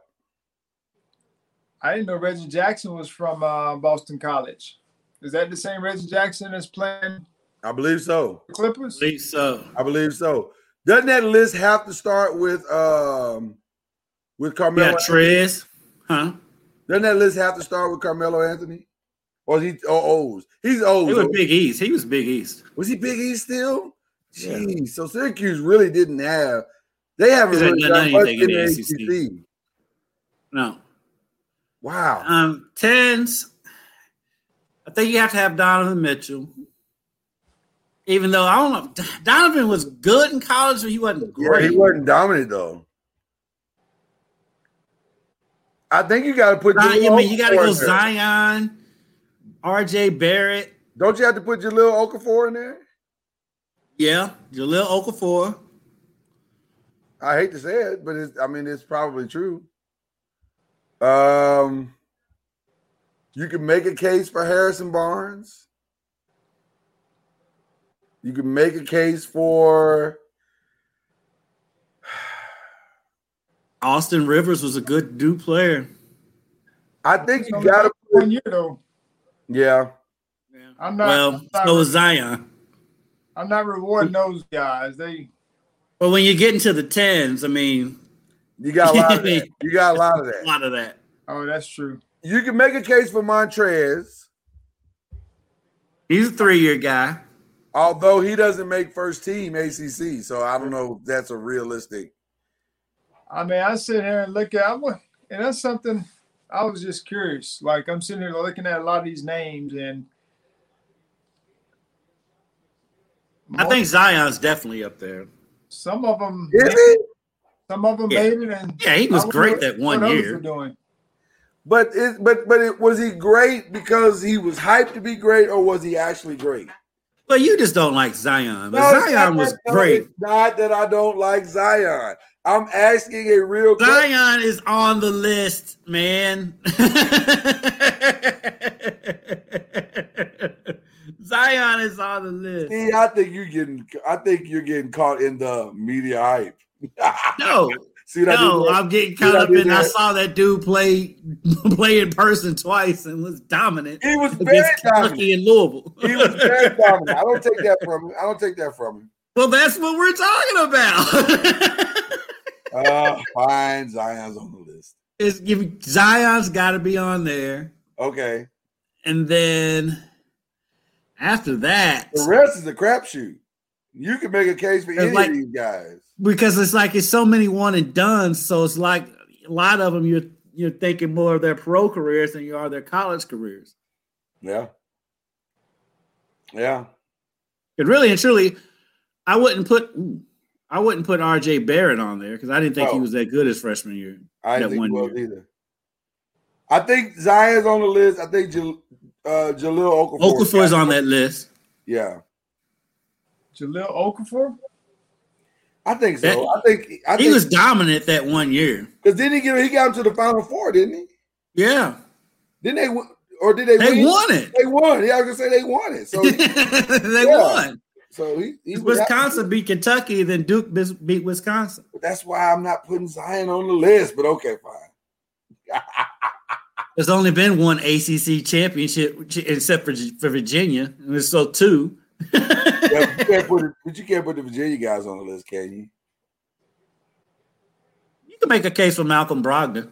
Speaker 6: I didn't know Reggie Jackson was from uh, Boston College. Is that the same Reggie Jackson that's playing
Speaker 3: I believe so.
Speaker 6: the Clippers?
Speaker 7: Believe So
Speaker 3: I believe so. Doesn't that list have to start with um with Carmelo?
Speaker 7: yeah, Trez, huh?
Speaker 3: Doesn't that list have to start with Carmelo Anthony? Or is he or O's? He's O's.
Speaker 7: He was Big East. He was Big East.
Speaker 3: Was he Big East still?
Speaker 7: Yeah.
Speaker 3: Jeez. So Syracuse really didn't have. They haven't
Speaker 7: They
Speaker 3: really
Speaker 7: done
Speaker 3: done much
Speaker 7: anything
Speaker 3: in the ACC.
Speaker 7: No,
Speaker 3: Wow.
Speaker 7: um, tens. I think you have to have Donovan Mitchell. Even though I don't know, Donovan was good in college, but he wasn't
Speaker 3: Yeah,
Speaker 7: great.
Speaker 3: he wasn't dominant though. I think you got to put.
Speaker 7: Zion, I
Speaker 3: Jahlil
Speaker 7: mean, you got to
Speaker 3: Okafor
Speaker 7: go
Speaker 3: in there.
Speaker 7: Zion, RJ Barrett.
Speaker 3: Don't you have to put your little Okafor in there?
Speaker 7: Yeah, Jaleel Okafor.
Speaker 3: I hate to say it, but it's, I mean it's probably true. Um, you can make a case for Harrison Barnes. You can make a case for
Speaker 7: Austin Rivers was a good Duke player.
Speaker 3: I think you
Speaker 6: Only
Speaker 3: gotta put
Speaker 6: one year though.
Speaker 3: yeah.
Speaker 6: I'm not.
Speaker 7: Well,
Speaker 6: I'm, not
Speaker 7: so was Zion.
Speaker 6: I'm not rewarding those guys. They
Speaker 7: But when you get into the tens, I mean,
Speaker 3: You got a lot of that. You got a lot of
Speaker 7: a
Speaker 3: that.
Speaker 7: lot of that.
Speaker 6: oh, that's true.
Speaker 3: You can make a case for Montrez,
Speaker 7: He's a three-year guy.
Speaker 3: although he doesn't make first team ACC, so I don't know if that's a realistic.
Speaker 6: I mean, I sit here and look at, I'm, like- and that's something I was just curious. Like, I'm sitting here looking at a lot of these names, and
Speaker 7: I think Zion's definitely up there.
Speaker 6: some of them,
Speaker 3: Is it?
Speaker 6: Some of them
Speaker 7: Yeah.
Speaker 6: made it, and
Speaker 7: Yeah, he was
Speaker 6: I wonder
Speaker 7: great
Speaker 6: what-
Speaker 7: that one
Speaker 6: what others
Speaker 7: year.
Speaker 6: were Doing.
Speaker 3: But it, but but it, was he great because he was hyped to be great, or was he actually great?
Speaker 7: But you just don't like Zion. But
Speaker 3: No, it's
Speaker 7: Zion
Speaker 3: not
Speaker 7: was
Speaker 3: that- no,
Speaker 7: great.
Speaker 3: It's not that I don't like Zion. I'm asking a real question.
Speaker 7: Zion is on the list, man. [laughs] Zion is on the list.
Speaker 3: See, I think you're getting. I think you're getting caught in the media hype. [laughs]
Speaker 7: No,
Speaker 3: See what
Speaker 7: no,
Speaker 3: I
Speaker 7: I'm getting
Speaker 3: Did
Speaker 7: caught
Speaker 3: I
Speaker 7: up
Speaker 3: do
Speaker 7: in. I
Speaker 3: that?
Speaker 7: saw that dude play [laughs] play in person twice and was dominant
Speaker 3: did? He was very
Speaker 7: against
Speaker 3: dominant.
Speaker 7: Kentucky and Louisville.
Speaker 3: He was very dominant. I don't take that from him. I don't take that from him.
Speaker 7: [laughs] well, that's what we're talking about. [laughs]
Speaker 3: Uh, fine, Zion's on the list.
Speaker 7: it's, you- Zion's got to be on there,
Speaker 3: Okay,
Speaker 7: and then after that,
Speaker 3: the rest is a crapshoot. You can make a case for
Speaker 7: It's
Speaker 3: any
Speaker 7: like-
Speaker 3: of these guys.
Speaker 7: because it's like it's so many one and done. So it's like a lot of them you're you're thinking more of their pro careers than you are their college careers.
Speaker 3: Yeah, yeah.
Speaker 7: And really and truly, I wouldn't put ooh, I wouldn't put R.J. Barrett on there because I didn't think he
Speaker 3: No.
Speaker 7: was that good his freshman year.
Speaker 3: I didn't
Speaker 7: that
Speaker 3: think
Speaker 7: one
Speaker 3: he was either. I think Zion's on the list. I think Jal- uh, Jalil Okafor.
Speaker 7: Okafor is on that list.
Speaker 3: Yeah,
Speaker 6: Jaleel Okafor.
Speaker 3: I think so. I think I
Speaker 7: He
Speaker 3: think
Speaker 7: was dominant that one year.
Speaker 3: because didn't he get he got him to the final four, didn't he?
Speaker 7: Yeah,
Speaker 3: Didn't they win- or did they?
Speaker 7: they
Speaker 3: win?
Speaker 7: won it. [laughs]
Speaker 3: They won. Yeah, I was gonna say they won it. So
Speaker 7: they
Speaker 3: Yeah.
Speaker 7: won.
Speaker 3: so he, he was out-
Speaker 7: Wisconsin beat Kentucky, then Duke bis- beat Wisconsin.
Speaker 3: That's why I'm not putting Zion on the list. But okay, fine.
Speaker 7: There's only been one ACC championship ch- except for, for Virginia, and there's so two.
Speaker 3: Yeah, but, you can't put, the- but you can't put the Virginia guys on the list, can you?
Speaker 7: You can make a case for Malcolm Brogdon.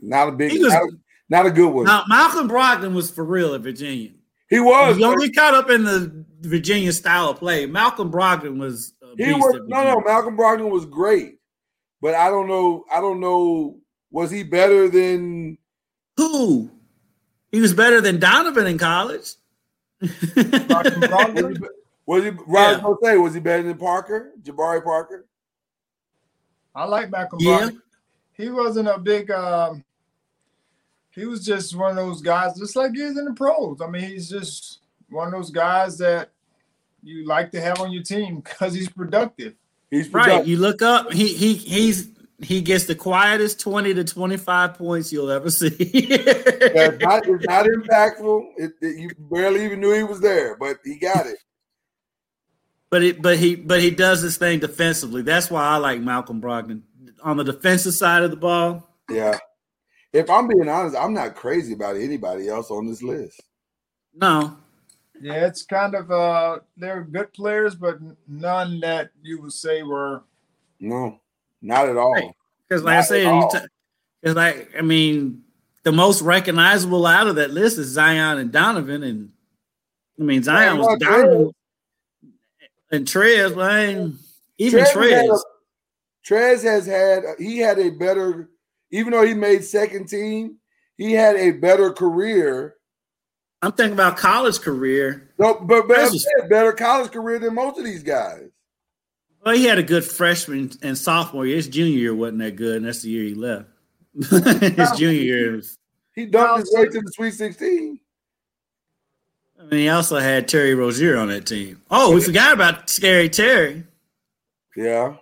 Speaker 3: Not a big,
Speaker 7: He was-
Speaker 3: not, a, not a good one.
Speaker 7: Now, Malcolm Brogdon was for real at Virginia.
Speaker 3: he was.
Speaker 7: You only caught up in the Virginia style of play. Malcolm Brogdon was. a
Speaker 3: He
Speaker 7: beast
Speaker 3: was
Speaker 7: at
Speaker 3: no, no.
Speaker 7: Virginia.
Speaker 3: Malcolm Brogdon was great, but I don't know. I don't know. Was he better than?
Speaker 7: Who? He was better than Donovan in college. [laughs]
Speaker 6: Malcolm
Speaker 3: Was he,
Speaker 6: Brogdon.
Speaker 3: was he Ryan Jose? Was he better than Parker? Jabari Parker?
Speaker 6: I like Malcolm
Speaker 7: Yeah.
Speaker 6: Brogdon. He wasn't a big. Um, he was just one of those guys, just like he is in the pros. I mean, he's just one of those guys that you like to have on your team because he's productive.
Speaker 3: He's
Speaker 7: Right.
Speaker 3: productive.
Speaker 7: You look up. He he he's he gets the quietest twenty to twenty five points you'll ever see. [laughs]
Speaker 3: Yeah, It's not, it's not impactful. It, it- you barely even knew he was there, but he got it.
Speaker 7: But it, but he, but he does this thing defensively. That's why I like Malcolm Brogdon on the defensive side of the ball.
Speaker 3: Yeah. If I'm being honest, I'm not crazy about anybody else on this list.
Speaker 7: No,
Speaker 6: Yeah, it's kind of uh, they're good players, but none that you would say were
Speaker 3: No, not at all.
Speaker 7: Right. because like
Speaker 3: Not
Speaker 7: I
Speaker 3: at
Speaker 7: said,
Speaker 3: all.
Speaker 7: because like I mean, the most recognizable out of that list is Zion and Donovan, and I mean
Speaker 3: Right,
Speaker 7: Zion was
Speaker 3: well,
Speaker 7: Donovan and Trez, but I ain't, even
Speaker 3: Trez had
Speaker 7: Trez.
Speaker 3: a- Trez has had he had a better, even though he made second team, he had a better career.
Speaker 7: I'm thinking about college career.
Speaker 3: No, but, but
Speaker 7: Trez
Speaker 3: I'm
Speaker 7: was-
Speaker 3: saying better college career than most of these guys.
Speaker 7: Well, he had a good freshman and sophomore year. His junior year wasn't that good, and that's the year he left. [laughs] His junior
Speaker 3: Oh.
Speaker 7: year was
Speaker 3: He dunked
Speaker 6: Well,
Speaker 3: his way
Speaker 6: so-
Speaker 3: to the Sweet Sixteen.
Speaker 7: I mean, he also had Terry Rozier on that team. Oh, we forgot about Scary Terry.
Speaker 3: Yeah,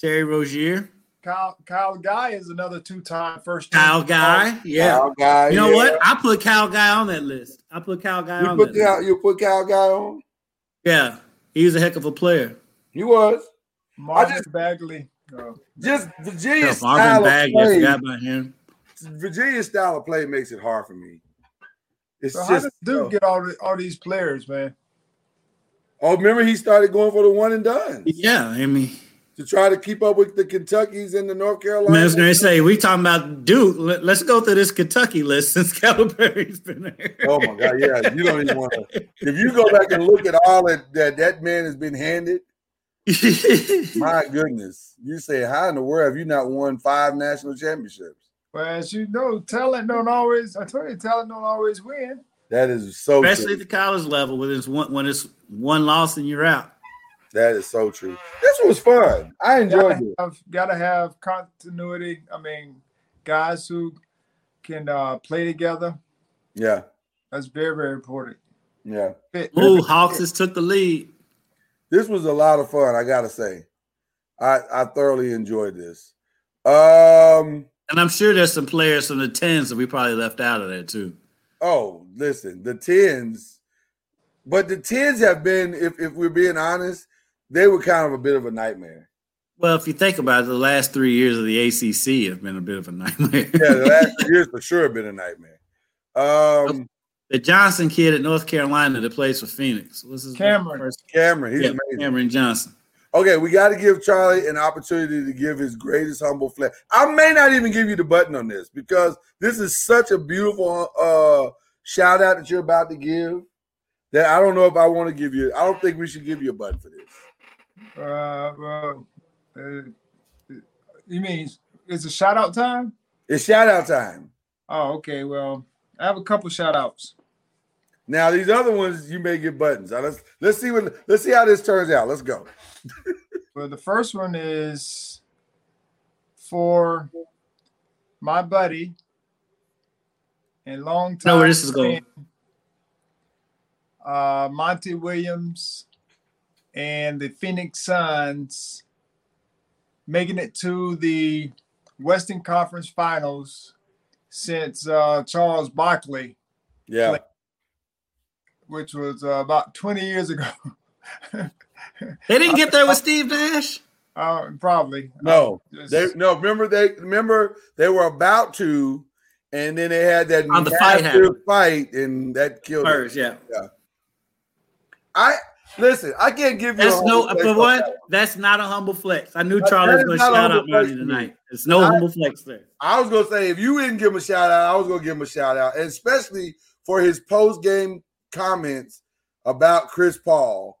Speaker 7: Terry Rozier,
Speaker 6: Kyle. Kyle Guy is another two-time first. team.
Speaker 7: Kyle
Speaker 3: Oh,
Speaker 7: Guy. Yeah.
Speaker 3: Kyle guy.
Speaker 7: you know
Speaker 3: yeah.
Speaker 7: what? I put Kyle Guy on that list. I put Kyle Guy
Speaker 3: You
Speaker 7: on
Speaker 3: put
Speaker 7: that
Speaker 3: Cal,
Speaker 7: list.
Speaker 3: you put Kyle guy on.
Speaker 7: Yeah. He was a heck of a player.
Speaker 3: He was
Speaker 6: Marvin
Speaker 3: just-
Speaker 6: Bagley. Oh.
Speaker 3: just Virginia
Speaker 7: Yeah,
Speaker 3: style
Speaker 7: Marvin
Speaker 3: of
Speaker 7: Bagley. I
Speaker 3: play.
Speaker 7: forgot about him.
Speaker 3: Virginia style of play makes it hard for me. It's
Speaker 6: So how
Speaker 3: just
Speaker 6: does Duke get all the, all these players, man?
Speaker 3: oh, remember he started going for the one and done
Speaker 7: Yeah. I mean,
Speaker 3: to try to keep up with the Kentuckies and the North
Speaker 7: I, mean, I
Speaker 3: Carolinas.
Speaker 7: was going to say, we talking about Duke. Let, us go through this Kentucky list [laughs] since Calipari's been there. [laughs]
Speaker 3: Oh my God! Yeah, you don't even want to. If you go back and look at all that that, that man has been handed, my goodness, you say how in the world have you not won five national championships?
Speaker 6: Well, as you know, talent don't always. I told you, talent don't always win.
Speaker 3: That is so. True.
Speaker 7: Especially at the college level when it's one, when it's one loss and you're out.
Speaker 3: That is so true. This was fun. I enjoyed
Speaker 6: gotta
Speaker 3: it.
Speaker 6: have, gotta have continuity. I mean, guys who can uh, play together.
Speaker 3: Yeah,
Speaker 6: That's very, very important.
Speaker 3: yeah.
Speaker 6: Fit. Uh,
Speaker 7: Ooh, Hawks has took the lead.
Speaker 3: This was a lot of fun. I gotta say, I I thoroughly enjoyed this. Um.
Speaker 7: And I'm sure there's some players from the tens that we probably left out of there too.
Speaker 3: Oh, listen, the tens, but the tens have been, if if we're being honest, they were kind of a bit of a nightmare.
Speaker 7: Well, if you think about it, the last three years of the ACC have been a bit of a nightmare.
Speaker 3: Yeah, the last
Speaker 7: [laughs]
Speaker 3: few years for sure have been a nightmare. Um,
Speaker 7: the Johnson kid at North Carolina that plays for Phoenix. What's his
Speaker 6: Cameron.
Speaker 7: First,
Speaker 3: Cameron, he's
Speaker 7: yeah,
Speaker 3: amazing.
Speaker 7: Cameron Johnson.
Speaker 3: Okay, we got to give Charlie an opportunity to give his greatest humble flag. I may not even give you the button on this because this is such a beautiful uh, shout out that you're about to give that I don't know if I want to give you. I don't think we should give you a button for this.
Speaker 6: Uh, well, uh, you mean it's a shout out time?
Speaker 3: It's shout out time.
Speaker 6: Oh, okay. Well, I have a couple shout outs.
Speaker 3: Now these other ones you may get buttons. Now, let's let's see what let's see how this turns out. Let's go.
Speaker 6: Well, the first one is for my buddy and long
Speaker 7: I
Speaker 6: time.
Speaker 7: know where this is going.
Speaker 6: Uh, Monty Williams and the Phoenix Suns making it to the Western Conference Finals since uh, Charles Barkley,
Speaker 3: Yeah.
Speaker 6: which was uh, about 20 years ago, [laughs]
Speaker 7: They didn't get there with Steve Nash.
Speaker 6: uh, probably. Uh,
Speaker 3: No.
Speaker 6: Just-
Speaker 3: They no, remember they remember they were about to, and then they had that
Speaker 7: Oh, the fight
Speaker 3: massive
Speaker 7: happened.
Speaker 3: fight and that killed it.
Speaker 7: First, yeah.
Speaker 3: I listen, I can't give you a
Speaker 7: That's no,
Speaker 3: humble flex
Speaker 7: but
Speaker 3: on
Speaker 7: what?
Speaker 3: that one.
Speaker 7: That's not a humble flex. I knew
Speaker 3: That-
Speaker 7: Charlie
Speaker 3: that is
Speaker 7: was
Speaker 3: not
Speaker 7: going to
Speaker 3: a
Speaker 7: shout
Speaker 3: humble
Speaker 7: out Marty
Speaker 3: flex to me.
Speaker 7: tonight. It's no
Speaker 3: I-
Speaker 7: humble flex there.
Speaker 3: I was gonna say if you didn't give him a shout out, I was gonna give him a shout out, and especially for his post game comments about Chris Paul,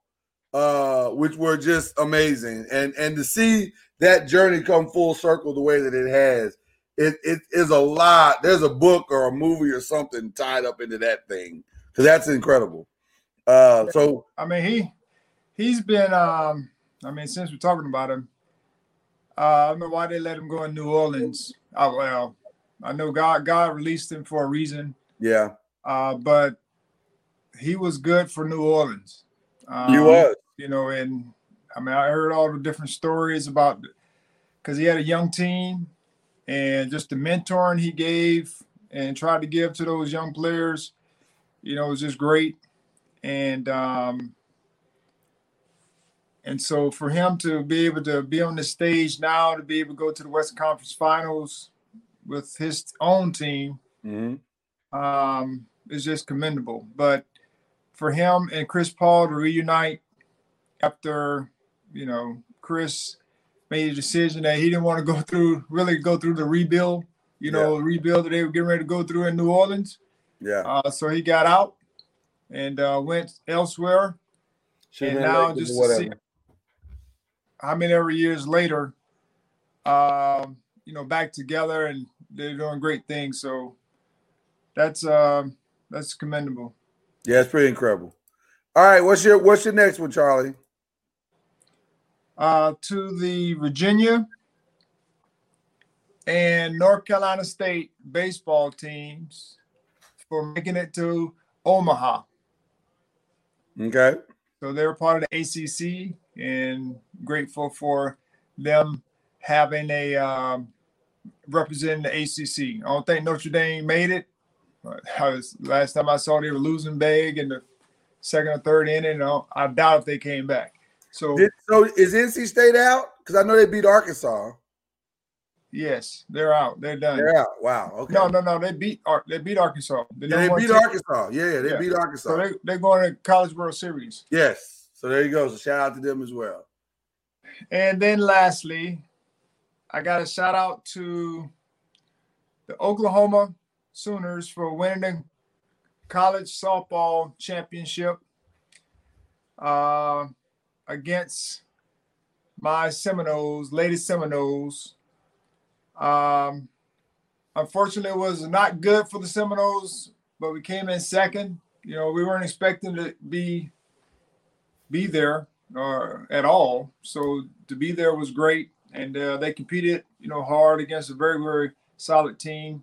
Speaker 3: uh, which were just amazing, and and to see that journey come full circle the way that it has, it it is a lot. There's a book or a movie or something tied up into that thing because that's incredible. Uh, so
Speaker 6: I mean, he he's been. Um, I mean, since we're talking about him, uh, I don't know why they let him go in New Orleans. Uh, well, I know God God released him for a reason,
Speaker 3: yeah,
Speaker 6: uh, but he was good for New Orleans. Um,
Speaker 3: you was
Speaker 6: you know, and I mean, I heard all the different stories about because he had a young team and just the mentoring he gave and tried to give to those young players, you know, was just great. And, um, and so for him to be able to be on the stage now, to be able to go to the West Conference Finals with his own team,
Speaker 3: Mhm.
Speaker 6: um, is just commendable. But for him and Chris Paul to reunite after, you know, Chris made a decision that he didn't want to go through, really go through the rebuild, you know, rebuild that they were getting ready to go through in New Orleans.
Speaker 3: yeah.
Speaker 6: Uh, so he got out and uh, went elsewhere.
Speaker 3: Should've
Speaker 6: and
Speaker 3: been
Speaker 6: now
Speaker 3: Lakers
Speaker 6: just
Speaker 3: or
Speaker 6: to see how many ever years later, um, you know, back together and they're doing great things. So that's um, that's commendable.
Speaker 3: Yeah, it's pretty incredible. All right, what's your what's your next one, Charlie?
Speaker 6: uh, to the Virginia and North Carolina State baseball teams for making it to Omaha.
Speaker 3: Okay.
Speaker 6: So they're part of the ACC and grateful for them having a um, representing the ACC. I don't think Notre Dame made it. but I was, last time I saw they were losing big in the second or third inning. and I don't- I doubt if they came back. So
Speaker 3: Did- so is NC State out? Because I know they beat Arkansas.
Speaker 6: yes, they're out. They're done.
Speaker 3: They're out. Wow. Okay.
Speaker 6: No, no, no. They beat Ar- they beat Arkansas. The
Speaker 3: Yeah, they
Speaker 6: number one
Speaker 3: beat
Speaker 6: team.
Speaker 3: Arkansas. Yeah, yeah, they
Speaker 6: Yeah.
Speaker 3: beat Arkansas.
Speaker 6: So they they're going to College World Series.
Speaker 3: yes. So there you go. So shout out to them as well.
Speaker 6: And then lastly, I got a shout out to the Oklahoma Sooners for winning the college softball championship uh, against my Seminoles, Lady Seminoles. Um, unfortunately, it was not good for the Seminoles, but we came in second. You know, we weren't expecting to be be there. or at all. So to be there was great, and uh, they competed, you know, hard against a very very solid team.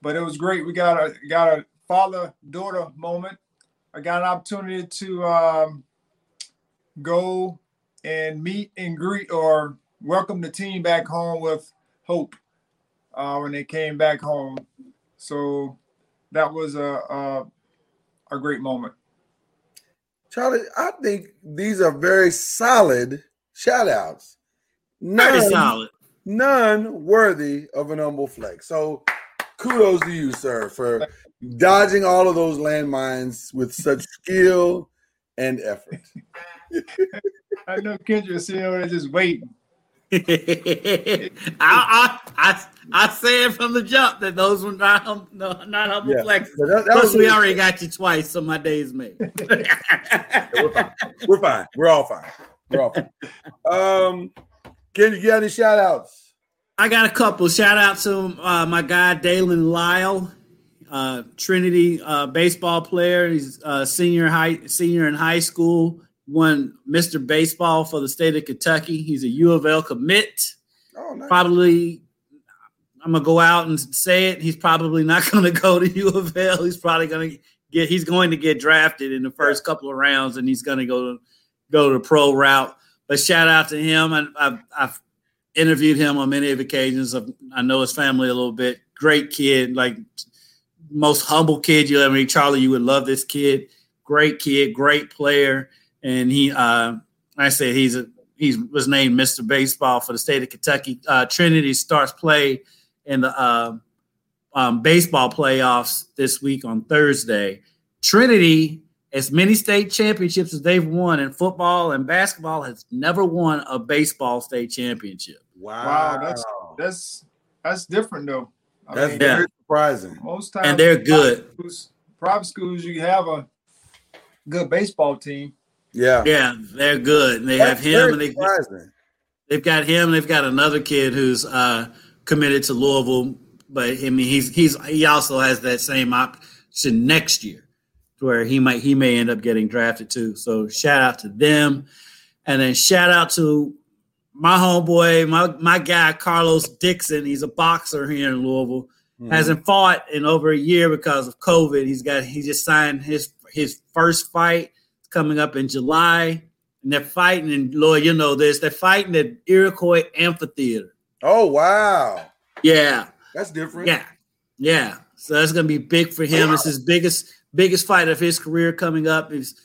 Speaker 6: But it was great. We got a got a father daughter moment. I got an opportunity to um, go and meet and greet or welcome the team back home with hope uh, when they came back home. So that was a a, a great moment.
Speaker 3: Charlie, I think these are very solid shout outs.
Speaker 7: Pretty
Speaker 3: None,
Speaker 7: solid. [laughs]
Speaker 3: none worthy of an humble flex. So kudos to you, sir, for dodging all of those landmines with such skill and effort.
Speaker 6: I know Kendrick's sitting over there just waiting.
Speaker 7: I, I I I said from the jump that those were not hum, no, not humble
Speaker 3: Yeah.
Speaker 7: flexes.
Speaker 3: So that- that
Speaker 7: Plus,
Speaker 3: was-
Speaker 7: we already got you twice, so my day is made.
Speaker 3: We're fine. We're fine. We're all fine. We're all fine. Um, can you get any shout outs?
Speaker 7: I got a couple. Shout out to uh, my guy Dalen Lyle, uh, Trinity uh, baseball player. He's uh, senior high senior in high school. Won Mr. Baseball for the state of Kentucky. He's a U of L commit.
Speaker 3: Oh, nice.
Speaker 7: Probably, I'm gonna go out and say it. He's probably not [laughs] gonna go to U of L. He's probably gonna get. He's going to get drafted in the first couple of rounds, and he's gonna go to go the pro route. But shout out to him. I, I've, I've interviewed him on many of occasions. I've, I know his family a little bit. Great kid, like most humble kid you ever meet. Charlie, you would love this kid. Great kid, great player, and he. Uh, I said he's a he was named Mr. Baseball for the state of Kentucky. Uh, Trinity starts play in the uh, um, baseball playoffs this week on Thursday. Trinity, as many state championships as they've won in football and basketball, has never won a baseball state championship.
Speaker 6: Wow, that's- That's that's different though. I
Speaker 3: That's
Speaker 6: mean,
Speaker 7: Yeah.
Speaker 3: very surprising.
Speaker 6: most times
Speaker 7: And they're good.
Speaker 6: schools, private schools, you have a good baseball team.
Speaker 3: Yeah.
Speaker 7: Yeah, they're good. And they
Speaker 3: That's
Speaker 7: have him,
Speaker 3: very
Speaker 7: and they
Speaker 3: surprising.
Speaker 7: They've got him. They've got another kid who's uh, committed to Louisville, but I mean, he's he's he also has that same option next year, where he might he may end up getting drafted too. So shout out to them, and then shout out to my homeboy, my my guy Carlos Dixon. He's a boxer here in Louisville
Speaker 3: Mhm.
Speaker 7: hasn't fought in over a year because of COVID. He's got he just signed his his first fight coming up in July, and they're fighting. And Lloyd, you know this. They're fighting at Iroquois Amphitheater.
Speaker 3: Oh wow,
Speaker 7: Yeah,
Speaker 3: that's different.
Speaker 7: yeah, yeah. So that's gonna be big for him. It's his biggest biggest fight of his career coming up. Is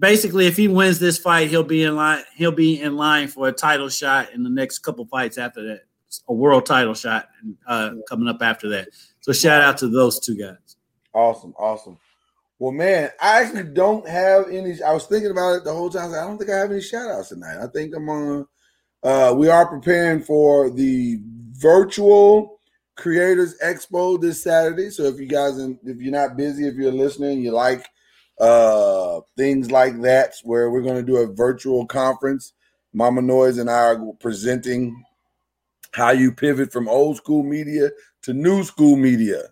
Speaker 7: basically if he wins this fight, he'll be in line. He'll be in line for a title shot in the next couple fights after that. A world title shot uh, coming up after that. So shout out to those two guys.
Speaker 3: Awesome, awesome. Well, man, I actually don't have any. I was thinking about it the whole time. I, was like, I don't think I have any shout outs tonight. I think I'm on. Uh, we are preparing for the virtual creators expo this Saturday. So if you guys, in- if you're not busy, if you're listening, you like uh, things like that, where we're going to do a virtual conference. Mama Noise and I are presenting how you pivot from old school media to new school media.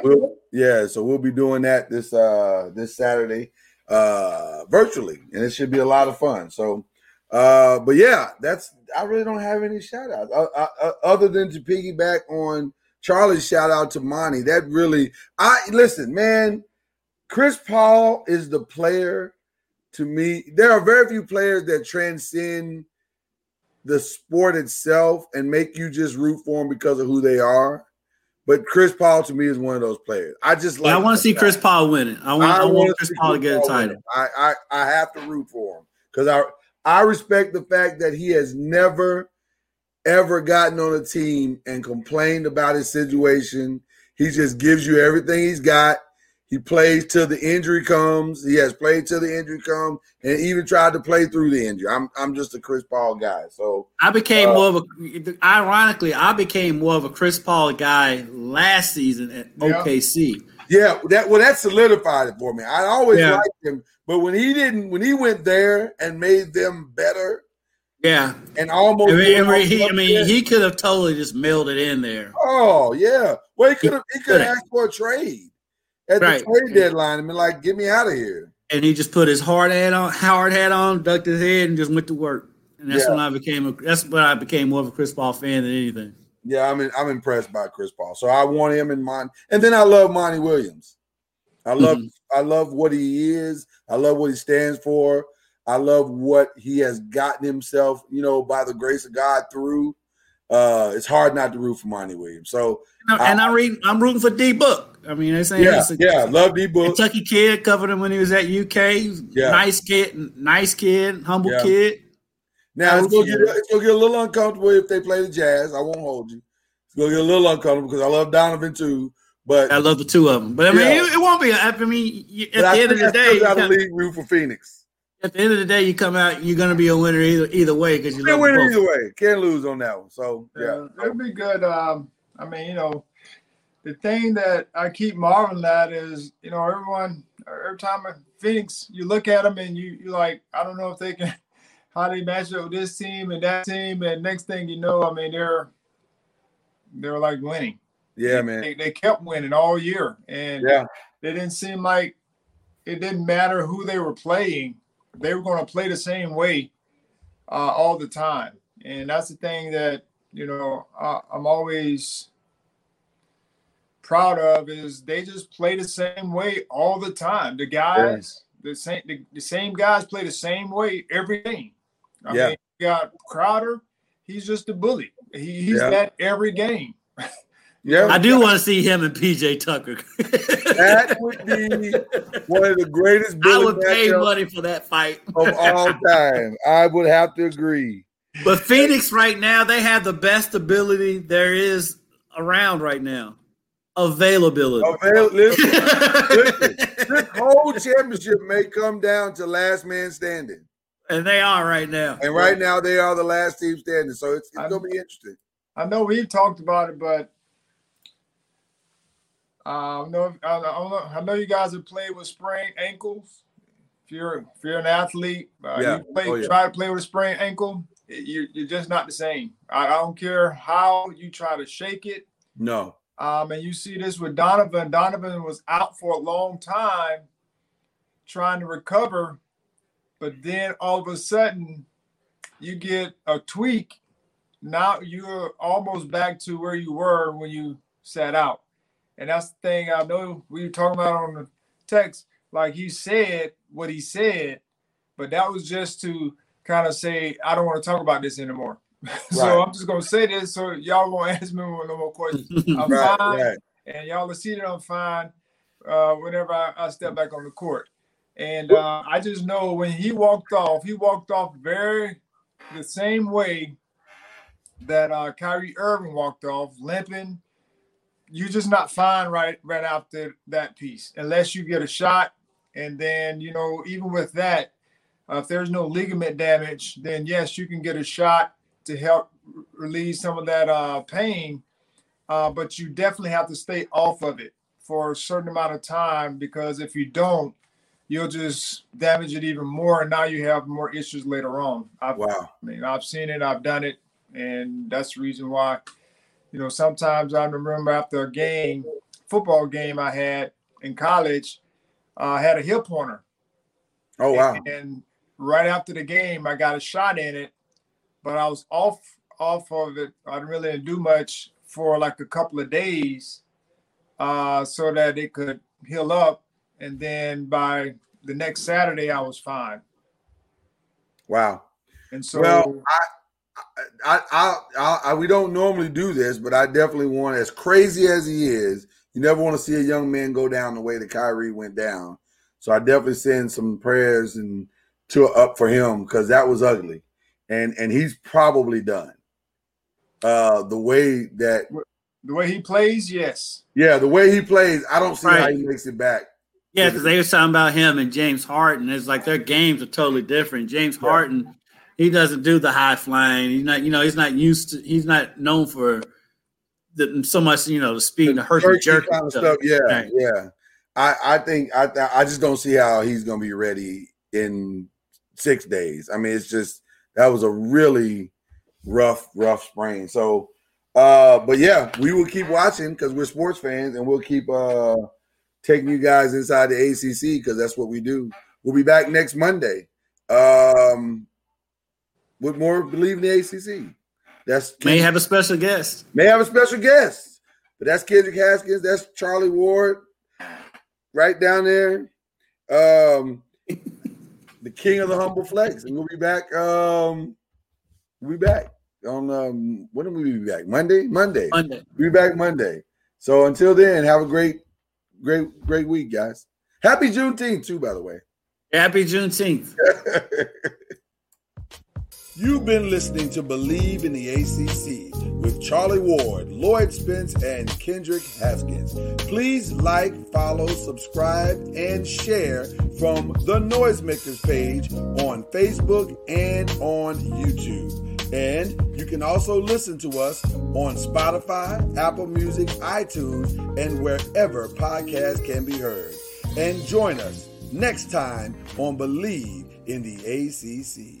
Speaker 3: So we'll, yeah, so we'll be doing that this uh this Saturday uh virtually and it should be a lot of fun. So uh but yeah, that's I really don't have any shout outs uh, uh, uh, other than to piggyback on Charlie's shout out to Monty. That really I listen, man, Chris Paul is the player to me. There are very few players that transcend the sport itself and make you just root for them because of who they are. But Chris Paul to me is one of those players. I just like
Speaker 7: I want to see Chris Paul win it. I want, I
Speaker 3: wanna
Speaker 7: want Chris
Speaker 3: see
Speaker 7: Paul to get a
Speaker 3: win
Speaker 7: title.
Speaker 3: it. I, I I have to root for him because I I respect the fact that he has never ever gotten on a team and complained about his situation. He just gives you everything he's got. He plays till the injury comes. He has played till the injury comes, and even tried to play through the injury. I'm I'm just a Chris Paul guy. So
Speaker 7: I became
Speaker 3: Uh,
Speaker 7: more of a, ironically, I became more of a Chris Paul guy last season at
Speaker 6: Yeah.
Speaker 7: OKC.
Speaker 3: yeah, that well that solidified it for me. I always
Speaker 7: Yeah.
Speaker 3: liked him, but when he didn't, when he went there and made them better,
Speaker 7: Yeah,
Speaker 3: and almost.
Speaker 7: I mean,
Speaker 3: went off
Speaker 7: he, I
Speaker 3: up
Speaker 7: mean,
Speaker 3: there.
Speaker 7: he could have totally just mailed it in there.
Speaker 3: oh yeah. Well, he could have he could
Speaker 7: coulda.
Speaker 3: have asked for a trade at
Speaker 7: Right.
Speaker 3: the trade deadline and been like, "Get me out of here."
Speaker 7: and he just put his hard hat on, Howard hat on, ducked his head, and just went to work. And that's
Speaker 3: Yeah.
Speaker 7: when I became a that's when I became more of a Chris Paul fan than anything.
Speaker 3: Yeah, I'm in, I'm impressed by Chris Paul. So I want him in mind. And then I love Monty Williams. I love
Speaker 7: Mm-hmm.
Speaker 3: I love what he is. I love what he stands for. I love what he has gotten himself, you know, by the grace of God through. Uh it's hard not to root for Monty Williams. So
Speaker 7: And I, and I read, I'm rooting for D Book. I mean, they saying
Speaker 3: Uh, yeah,
Speaker 7: he's a
Speaker 3: yeah, love D book.
Speaker 7: Kentucky kid, covered him when he was at UK. He was a
Speaker 3: Yeah.
Speaker 7: Nice kid, nice kid, humble
Speaker 3: Yeah.
Speaker 7: kid.
Speaker 3: Now it's
Speaker 7: That was
Speaker 3: gonna, get, it's gonna get a little uncomfortable if they play the jazz. I won't hold you. It's gonna get a little uncomfortable because I love Donovan too. But,
Speaker 7: I love the two of them, but I mean,
Speaker 3: Yeah.
Speaker 7: it, it won't be. I mean, you,
Speaker 3: but
Speaker 7: at
Speaker 3: I
Speaker 7: the end of
Speaker 3: think
Speaker 7: the
Speaker 3: I
Speaker 7: day,
Speaker 3: still
Speaker 7: you
Speaker 3: gotta
Speaker 7: come-
Speaker 3: leave root for Phoenix.
Speaker 7: at the end of the day, you come out, you're gonna be a winner either either way because you
Speaker 3: Can't
Speaker 7: love
Speaker 3: win
Speaker 7: them both.
Speaker 3: either way. Can't lose on that one. So yeah,
Speaker 6: Yeah, it'd be good. Um, I mean, you know, the thing that I keep marveling at is, you know, everyone, every time I- Phoenix, you look at them and you, you like, I don't know if they can, [laughs] how they match up with this team and that team, and next thing you know, I mean, they're they're like winning.
Speaker 3: yeah, man.
Speaker 6: They, they kept winning all year, and
Speaker 3: Yeah,
Speaker 6: they didn't seem like it didn't matter who they were playing. They were going to play the same way uh, all the time. And that's the thing that, you know, I, I'm always proud of is they just play the same way all the time. The guys, the same the, the same guys play the same way every game. I
Speaker 3: Yeah.
Speaker 6: mean, you got Crowder, he's just a bully. He, he's
Speaker 3: Yeah.
Speaker 6: that every game.
Speaker 7: I
Speaker 3: yeah.
Speaker 7: do want to see him and PJ Tucker. [laughs]
Speaker 3: That would be one of the greatest
Speaker 7: I
Speaker 3: Billy
Speaker 7: would pay
Speaker 3: matchups
Speaker 7: money for that fight.
Speaker 3: of all time. I would have to agree.
Speaker 7: But Phoenix right now, they have the best ability there is around right now. Availability.
Speaker 3: Avail- listen, listen, this whole championship may come down to last man standing,
Speaker 7: [laughs] and they are right now.
Speaker 3: and right now they are the last team standing. So it's, it's
Speaker 6: I'm-
Speaker 3: gonna be interesting.
Speaker 6: I know we've talked about it, but uh, I don't know. I don't know. I know you guys have played with sprained ankles. If you're if you're an athlete, uh,
Speaker 3: Yeah.
Speaker 6: you play
Speaker 3: Oh, yeah.
Speaker 6: try to play with a sprained ankle. it- You you're just not the same. I, I don't care how you try to shake it.
Speaker 3: No,
Speaker 6: Um, and you see this with Donovan. Donovan was out for a long time trying to recover, but then all of a sudden you get a tweak. Now you're almost back to where you were when you sat out. And that's the thing I know we were talking about on the text. Like he said what he said, but that was just to kind of say, I don't want to talk about this anymore. [laughs] so
Speaker 3: Right.
Speaker 6: I'm just gonna say this so y'all won't [laughs] ask me no more questions. I'm
Speaker 3: right,
Speaker 6: fine
Speaker 3: right.
Speaker 6: and y'all will see that I'm fine uh, whenever I, I step back on the court. And uh, I just know when he walked off, he walked off very the same way that uh, Kyrie Irving walked off, limping. You're just not fine right right after that piece, unless you get a shot. And then you know, even with that, uh, if there's no ligament damage, then yes, you can get a shot to help r- relieve some of that uh, pain uh, but you definitely have to stay off of it for a certain amount of time because if you don't, you'll just damage it even more, and now you have more issues later on. I've,
Speaker 3: Wow.
Speaker 6: I mean, I've seen it, I've done it, and that's the reason why, you know, sometimes I remember after a game, football game I had in college, uh, I had a heel pointer,
Speaker 3: Oh wow.
Speaker 6: and right after the game, I got a shot in it, but I was off off of it. I really didn't do much for like a couple of days, uh, so that it could heal up. And then by the next Saturday, I was fine.
Speaker 3: Wow.
Speaker 6: And so,
Speaker 3: Well, I, I, I, I, we don't normally do this, but I definitely want, as crazy as he is, you never want to see a young man go down the way that Kyrie went down. So I definitely send some prayers and to up for him because that was ugly, and and he's probably done. Uh, the way that
Speaker 6: the way he plays, yes,
Speaker 3: yeah, the way he plays, I don't see how
Speaker 7: Right.
Speaker 3: he makes it back.
Speaker 7: Yeah, because they were talking about him and James Harden. It's like their games are totally different. James Harden, he doesn't do the high flying. He's not, you know, he's not used to. He's not known for the, so much, you know, the speed and the herky jerky
Speaker 3: kind of
Speaker 7: stuff.
Speaker 3: stuff. Yeah,
Speaker 7: Right.
Speaker 3: yeah. I, I think I th- I just don't see how he's gonna be ready in six days. I mean, it's just that was a really rough, rough spring. So uh, but yeah, we will keep watching because we're sports fans and we'll keep uh taking you guys inside the ACC because that's what we do. We'll be back next Monday. Um, with more believe in the ACC. That's
Speaker 7: May have a special guest.
Speaker 3: may have a special guest, but that's Kendrick Haskins. That's Charlie Ward, right down there. Um, the king of the humble flex, and we'll be back. Um, we'll be back on um, when will we be back? Monday, Monday.
Speaker 7: Monday.
Speaker 3: We'll be back Monday. So until then, have a great, great, great week, guys. Happy Juneteenth too, by the way.
Speaker 7: Happy Juneteenth.
Speaker 3: You've been listening to Believe in the ACC with Charlie Ward, Lloyd Spence, and Kendrick Haskins. Please like, follow, subscribe, and share from the Noisemakers page on Facebook and on YouTube. And you can also listen to us on Spotify, Apple Music, iTunes, and wherever podcasts can be heard. And join us next time on Believe in the ACC.